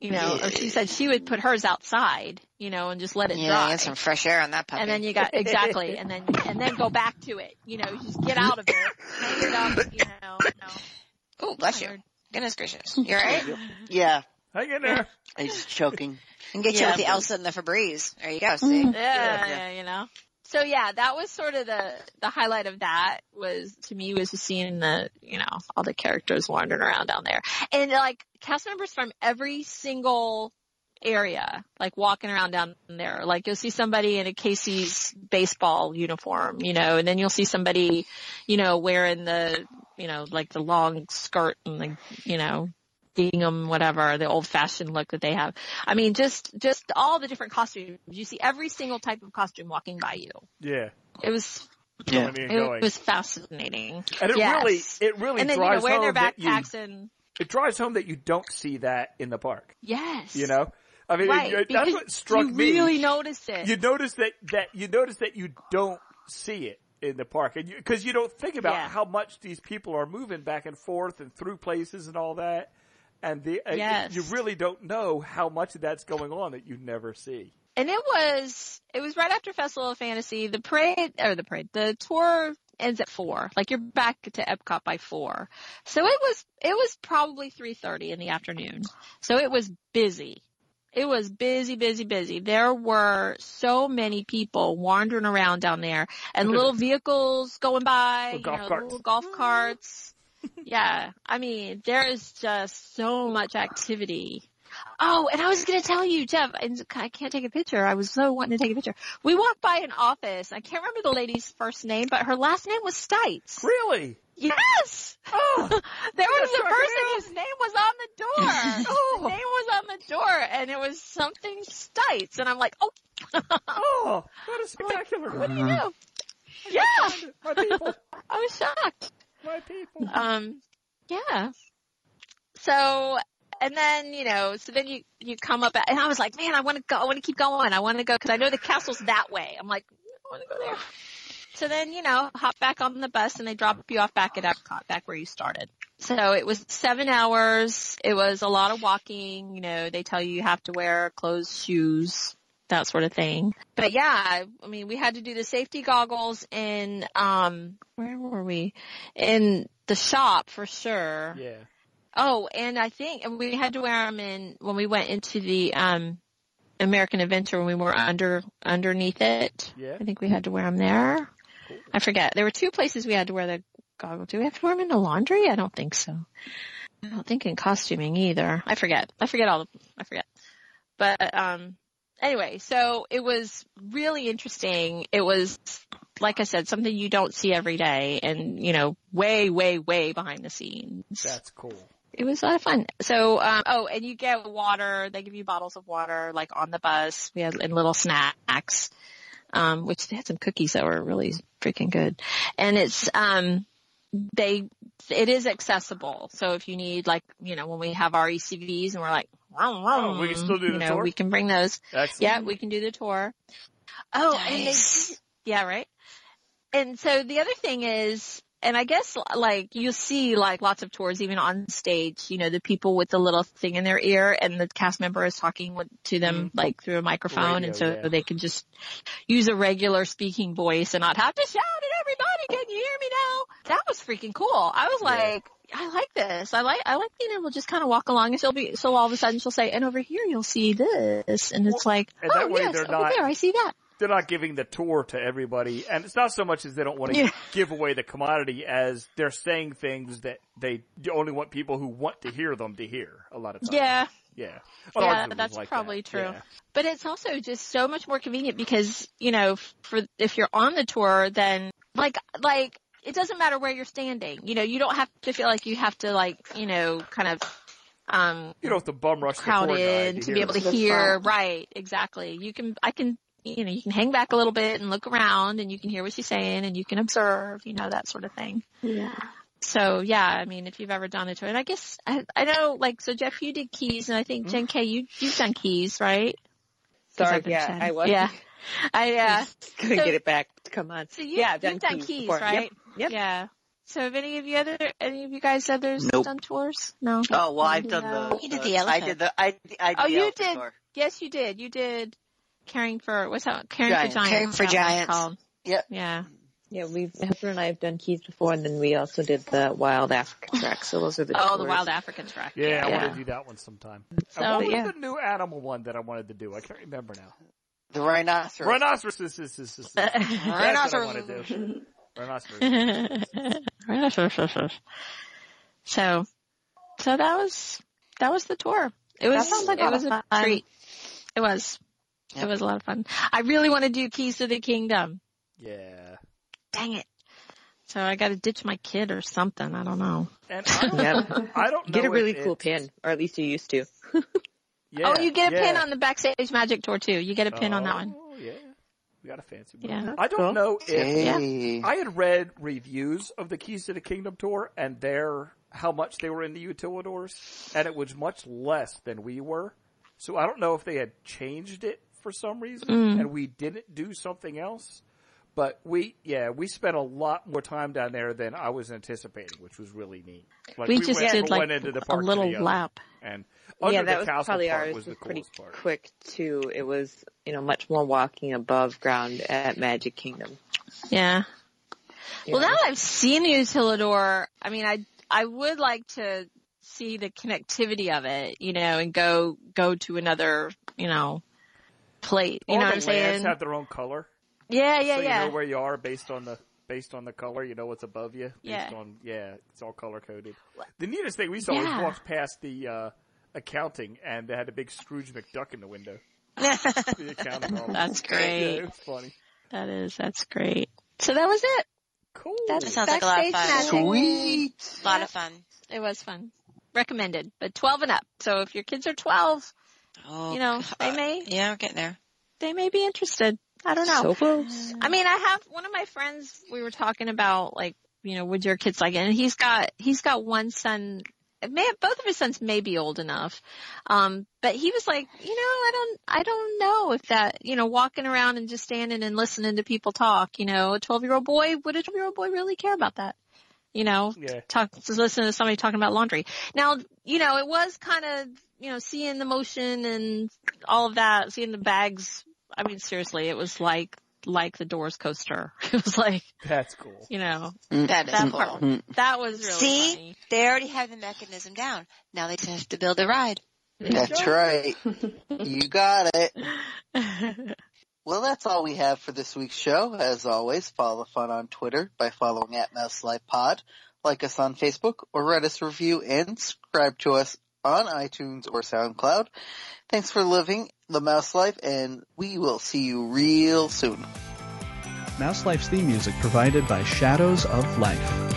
[SPEAKER 5] You know, or she said she would put hers outside, you know, and just let it
[SPEAKER 4] Yeah,
[SPEAKER 5] dry.
[SPEAKER 4] get some fresh air on that puppy.
[SPEAKER 5] And then you got exactly, and then and then go back to it. You know, you just get out of it, hang it up. You know,
[SPEAKER 4] oh, bless you. Goodness gracious. You're right.
[SPEAKER 1] Yeah,
[SPEAKER 3] Hang in there.
[SPEAKER 1] I'm just choking.
[SPEAKER 4] And get you
[SPEAKER 1] Yeah,
[SPEAKER 4] with the
[SPEAKER 1] but-
[SPEAKER 4] Elsa and the Febreze. There you go. See.
[SPEAKER 5] yeah,
[SPEAKER 1] Yeah.
[SPEAKER 5] yeah, you know. So yeah, that was sort of the the highlight of that was to me was just seeing the you know all the characters wandering around down there and like cast members from every single area, like walking around down there. Like you'll see somebody in a Casey's baseball uniform, you know, and then you'll see somebody, you know, wearing the, you know, like the long skirt and the, you know, gingham, whatever, the old fashioned look that they have. I mean, just, just all the different costumes. You see every single type of costume walking by you.
[SPEAKER 3] Yeah.
[SPEAKER 5] It was,
[SPEAKER 1] Yeah.
[SPEAKER 3] Coming and
[SPEAKER 5] it
[SPEAKER 3] going.
[SPEAKER 5] was fascinating.
[SPEAKER 3] and it
[SPEAKER 5] yes.
[SPEAKER 3] really, it really
[SPEAKER 5] and then, you know,
[SPEAKER 3] drives
[SPEAKER 5] wearing
[SPEAKER 3] home
[SPEAKER 5] their
[SPEAKER 3] that you,
[SPEAKER 5] backpacks and,
[SPEAKER 3] it drives home that you don't see that in the park.
[SPEAKER 5] yes.
[SPEAKER 3] You know, I mean, it-
[SPEAKER 5] right.
[SPEAKER 3] it-
[SPEAKER 5] because
[SPEAKER 3] that's what struck
[SPEAKER 5] you
[SPEAKER 3] me.
[SPEAKER 5] really noticed it.
[SPEAKER 3] you notice that that you notice that you don't see it in the park, and because you, don't think about
[SPEAKER 5] Yeah.
[SPEAKER 3] how much these people are moving back and forth and through places and all that, and the and
[SPEAKER 5] Yes.
[SPEAKER 3] you really don't know how much of that's going on that you never see.
[SPEAKER 5] and it was it was right after Festival of Fantasy. The parade or the parade, the tour ends at four. Like you're back to Epcot by four. So it was it was probably three thirty in the afternoon. So it was busy. It was busy, busy, busy. There were so many people wandering around down there and little vehicles going by,
[SPEAKER 3] Little golf
[SPEAKER 5] you know,
[SPEAKER 3] carts.
[SPEAKER 5] little golf carts. yeah. I mean, there is just so much activity. Oh, and I was going to tell you, Jeff, and I can't take a picture. I was so wanting to take a picture. We walked by an office. I can't remember the lady's first name, but her last name was Stites.
[SPEAKER 3] Really?
[SPEAKER 5] Yes!
[SPEAKER 3] Oh,
[SPEAKER 5] There was a person whose name was on the door. His name was on the door, and it was something Stites. And I'm like, oh,
[SPEAKER 3] oh, what a spectacular!
[SPEAKER 5] what do you do? Mm. Yeah!
[SPEAKER 3] My people,
[SPEAKER 5] I was shocked.
[SPEAKER 3] my people.
[SPEAKER 5] Um, yeah. So, and then, you know, so then you, you come up and I was like, man, I want to go, I want to keep going. I want to go because I know the castle's that way. I'm like, I want to go there. So then, you know, hop back on the bus and they drop you off back at Epcot, back where you started. So it was seven hours. It was a lot of walking. You know, they tell you you have to wear closed shoes, that sort of thing. But yeah, I, I mean, we had to do the safety goggles in, um, where were we? In the shop for sure.
[SPEAKER 3] Yeah,
[SPEAKER 5] Oh, and I think and we had to wear them in when we went into the um American Adventure when we were under underneath it.
[SPEAKER 3] Yeah.
[SPEAKER 5] I think we had to wear them there. I forget. There were two places we had to wear the goggles. Do we have to wear them in the laundry? I don't think so. I don't think in costuming either. I forget. I forget all the. I forget. But um, anyway, so it was really interesting. It was like I said, something you don't see every day, and you know, way, way, way behind the scenes
[SPEAKER 3] that's cool.
[SPEAKER 5] it was a lot of fun. So, um, oh, and you get water. They give you bottles of water, like on the bus. We had and little snacks, um, which they had some cookies that were really freaking good. And it's, um, they, it is accessible. So if you need, like, you know, when we have our ECVs and we're like, "Vroom,
[SPEAKER 3] Oh,
[SPEAKER 5] vroom,"
[SPEAKER 3] we can still do
[SPEAKER 5] you
[SPEAKER 3] the
[SPEAKER 5] know,
[SPEAKER 3] tour?
[SPEAKER 5] we can bring those.
[SPEAKER 3] Excellent.
[SPEAKER 5] Yeah, we can do the tour. Mm-hmm. Oh, and they yeah, right. And so the other thing is, and I guess like you see like lots of tours even on stage, you know, the people with the little thing in their ear and the cast member is talking with, to them like through a microphone
[SPEAKER 3] Mm-hmm. Radio,
[SPEAKER 5] and so
[SPEAKER 3] yeah.
[SPEAKER 5] they can just use a regular speaking voice and not have to shout at everybody, can you hear me now? That was freaking cool. I was
[SPEAKER 3] Yeah.
[SPEAKER 5] like, I like this. I like, I like being able to just kind of walk along and she'll be, so all of a sudden she'll say, and over here you'll see this. And it's like,
[SPEAKER 3] and that
[SPEAKER 5] oh
[SPEAKER 3] way
[SPEAKER 5] yes,
[SPEAKER 3] they're
[SPEAKER 5] over
[SPEAKER 3] not-
[SPEAKER 5] there I see that.
[SPEAKER 3] they're not giving the tour to everybody, and it's not so much as they don't want to
[SPEAKER 5] Yeah.
[SPEAKER 3] give away the commodity as they're saying things that they only want people who want to hear them to hear. A lot of times,
[SPEAKER 5] Yeah.
[SPEAKER 3] yeah,
[SPEAKER 5] Yeah,
[SPEAKER 3] Arguably
[SPEAKER 5] that's
[SPEAKER 3] like
[SPEAKER 5] probably
[SPEAKER 3] that.
[SPEAKER 5] true.
[SPEAKER 3] Yeah.
[SPEAKER 5] But it's also just so much more convenient because, you know, for if you're on the tour, then like like it doesn't matter where you're standing. You know, you don't have to feel like you have to like, you know, kind of um
[SPEAKER 3] You don't have to bum rush the tour guide
[SPEAKER 5] crowded to,
[SPEAKER 3] hear
[SPEAKER 5] be able to
[SPEAKER 3] them.
[SPEAKER 5] hear. Right, exactly. You can, I can, you know, you can hang back a little bit and look around, and you can hear what she's saying, and you can observe, you know, that sort of thing. Yeah. So yeah, I mean, if you've ever done a tour, and I guess I, I know, like, so Jeff, you did keys, and I think Jen K, you you've done keys, right? 'Cause
[SPEAKER 7] Sorry,
[SPEAKER 5] I've been
[SPEAKER 7] yeah,
[SPEAKER 5] chatting.
[SPEAKER 7] I was.
[SPEAKER 5] Yeah, I uh, yeah.
[SPEAKER 7] Couldn't
[SPEAKER 5] So-
[SPEAKER 7] get it back. Come on.
[SPEAKER 5] So you,
[SPEAKER 7] yeah, I've
[SPEAKER 5] you've done, keys,
[SPEAKER 7] before. Yep,
[SPEAKER 5] right?
[SPEAKER 7] Yep.
[SPEAKER 5] Yeah. So have any of you other any of you guys others
[SPEAKER 1] Nope.
[SPEAKER 5] done tours? No.
[SPEAKER 1] Oh well, I've done
[SPEAKER 5] No.
[SPEAKER 1] the.
[SPEAKER 4] You did
[SPEAKER 1] uh,
[SPEAKER 4] the
[SPEAKER 1] I
[SPEAKER 4] elephant.
[SPEAKER 1] did the. I, I did
[SPEAKER 5] Oh,
[SPEAKER 1] the
[SPEAKER 5] you
[SPEAKER 1] elephant
[SPEAKER 5] did.
[SPEAKER 1] tour.
[SPEAKER 5] Yes, you did. You did. Caring for what's that? Caring
[SPEAKER 1] Giants.
[SPEAKER 5] for giants.
[SPEAKER 4] Caring for
[SPEAKER 5] that one's
[SPEAKER 4] Giants.
[SPEAKER 5] called.
[SPEAKER 1] Yep.
[SPEAKER 5] Yeah.
[SPEAKER 7] Yeah, we've Hester and I have done keys before, and then we also did the Wild African track. So those are the
[SPEAKER 5] Oh, the
[SPEAKER 7] tours.
[SPEAKER 5] wild African track.
[SPEAKER 3] Yeah, I want
[SPEAKER 5] Yeah.
[SPEAKER 3] to do that one sometime.
[SPEAKER 5] So,
[SPEAKER 3] and what was
[SPEAKER 5] yeah.
[SPEAKER 3] the new animal one that I wanted to do? I can't remember now.
[SPEAKER 1] The rhinoceros.
[SPEAKER 3] Rhinoceros. This, this, this, this, this. That's what I want to do. Rhinoceros.
[SPEAKER 5] so, so that was that was the tour. It was
[SPEAKER 7] sounds like a
[SPEAKER 5] it
[SPEAKER 7] lot
[SPEAKER 5] was
[SPEAKER 7] of
[SPEAKER 5] a
[SPEAKER 7] fun.
[SPEAKER 5] treat. It was.
[SPEAKER 1] Yep.
[SPEAKER 5] It was a lot of fun. I really want to do Keys to the Kingdom.
[SPEAKER 3] Yeah.
[SPEAKER 5] Dang it. So I gotta ditch my kid or something. I don't know.
[SPEAKER 3] And I don't,
[SPEAKER 7] Yep.
[SPEAKER 3] I don't know.
[SPEAKER 7] Get a
[SPEAKER 3] if
[SPEAKER 7] really
[SPEAKER 3] it-
[SPEAKER 7] cool pin, or at least you used to.
[SPEAKER 3] Yeah,
[SPEAKER 5] oh, you get a
[SPEAKER 3] yeah.
[SPEAKER 5] pin on the Backstage Magic Tour too. You get a pin on that one.
[SPEAKER 3] Oh, yeah. We got a fancy one.
[SPEAKER 5] Yeah.
[SPEAKER 3] I don't know if
[SPEAKER 1] Hey.
[SPEAKER 3] I had read reviews of the Keys to the Kingdom tour and their how much they were in the Utilidors, and it was much less than we were. So I don't know if they had changed it for some reason
[SPEAKER 5] Mm.
[SPEAKER 3] and we didn't do something else. But we, yeah, we spent a lot more time down there than I was anticipating, which was really neat. Like
[SPEAKER 5] we, just
[SPEAKER 3] went
[SPEAKER 5] did
[SPEAKER 3] from
[SPEAKER 5] like
[SPEAKER 3] one end of the
[SPEAKER 5] a
[SPEAKER 3] park to the
[SPEAKER 5] little
[SPEAKER 3] other.
[SPEAKER 5] lap.
[SPEAKER 3] and under
[SPEAKER 7] yeah, that
[SPEAKER 3] the
[SPEAKER 7] was
[SPEAKER 3] castle
[SPEAKER 7] probably
[SPEAKER 3] part
[SPEAKER 7] ours.
[SPEAKER 3] was the
[SPEAKER 7] was pretty
[SPEAKER 3] coolest part.
[SPEAKER 7] quick too. It was you know much more walking above ground at Magic Kingdom.
[SPEAKER 5] Yeah.
[SPEAKER 7] you
[SPEAKER 5] Well,
[SPEAKER 7] know.
[SPEAKER 5] now that I've seen the Utilidor, I mean, I I would like to see the connectivity of it, you know, and go go to another, you know, plate. You
[SPEAKER 3] All
[SPEAKER 5] know
[SPEAKER 3] the
[SPEAKER 5] what I'm
[SPEAKER 3] lands
[SPEAKER 5] saying?
[SPEAKER 3] have their own color.
[SPEAKER 5] yeah, yeah,
[SPEAKER 3] so
[SPEAKER 5] yeah.
[SPEAKER 3] you know where you are based on the based on the color. You know what's above you. Based
[SPEAKER 5] Yeah.
[SPEAKER 3] on yeah, it's all color coded. The neatest thing we saw
[SPEAKER 5] Yeah.
[SPEAKER 3] was walked past the uh, accounting, and they had a big Scrooge McDuck in the window.
[SPEAKER 5] Mm-hmm.
[SPEAKER 3] the accounting office.
[SPEAKER 5] That's
[SPEAKER 3] Yeah,
[SPEAKER 5] great.
[SPEAKER 3] it was funny.
[SPEAKER 5] That is that's great. So that was it.
[SPEAKER 3] Cool.
[SPEAKER 4] That sounds like a lot of
[SPEAKER 8] Backstage
[SPEAKER 4] fun.
[SPEAKER 8] magic.
[SPEAKER 1] Sweet.
[SPEAKER 4] A lot of fun.
[SPEAKER 5] It was fun. Recommended, but 12 and up. So if your kids are 12,
[SPEAKER 4] Oh,
[SPEAKER 5] you know, they
[SPEAKER 4] God.
[SPEAKER 5] may
[SPEAKER 4] Oh, Yeah, we're getting there.
[SPEAKER 5] they may be interested. I don't know.
[SPEAKER 7] So close.
[SPEAKER 5] I mean, I have one of my friends. We were talking about like, you know, would your kids like it? And he's got he's got one son. it May, both of his sons may be old enough, um, but he was like, you know, I don't, I don't know if that, you know, walking around and just standing and listening to people talk, you know, a twelve year old boy, would a twelve year old boy really care about that? You know,
[SPEAKER 3] Yeah.
[SPEAKER 5] talk to listen to somebody talking about laundry. Now, you know, it was kind of, you know, seeing the motion and all of that, seeing the bags. I mean, seriously, it was like, like the Doors coaster. It was like,
[SPEAKER 3] That's cool.
[SPEAKER 5] you know,
[SPEAKER 4] That is cool.
[SPEAKER 5] That part. that was really
[SPEAKER 4] See?
[SPEAKER 5] funny.
[SPEAKER 4] They already have the mechanism down. Now they just have to build a ride.
[SPEAKER 1] That's right. You got it.
[SPEAKER 5] yeah,
[SPEAKER 1] Well, that's all we have for this week's show. As always, follow the fun on Twitter by following at MouseLifePod, like us on Facebook, or write us a review and subscribe to us on iTunes or SoundCloud. Thanks for living the mouse life, and we will see you real soon.
[SPEAKER 9] Mouse Life's theme music provided by Shadows of Life.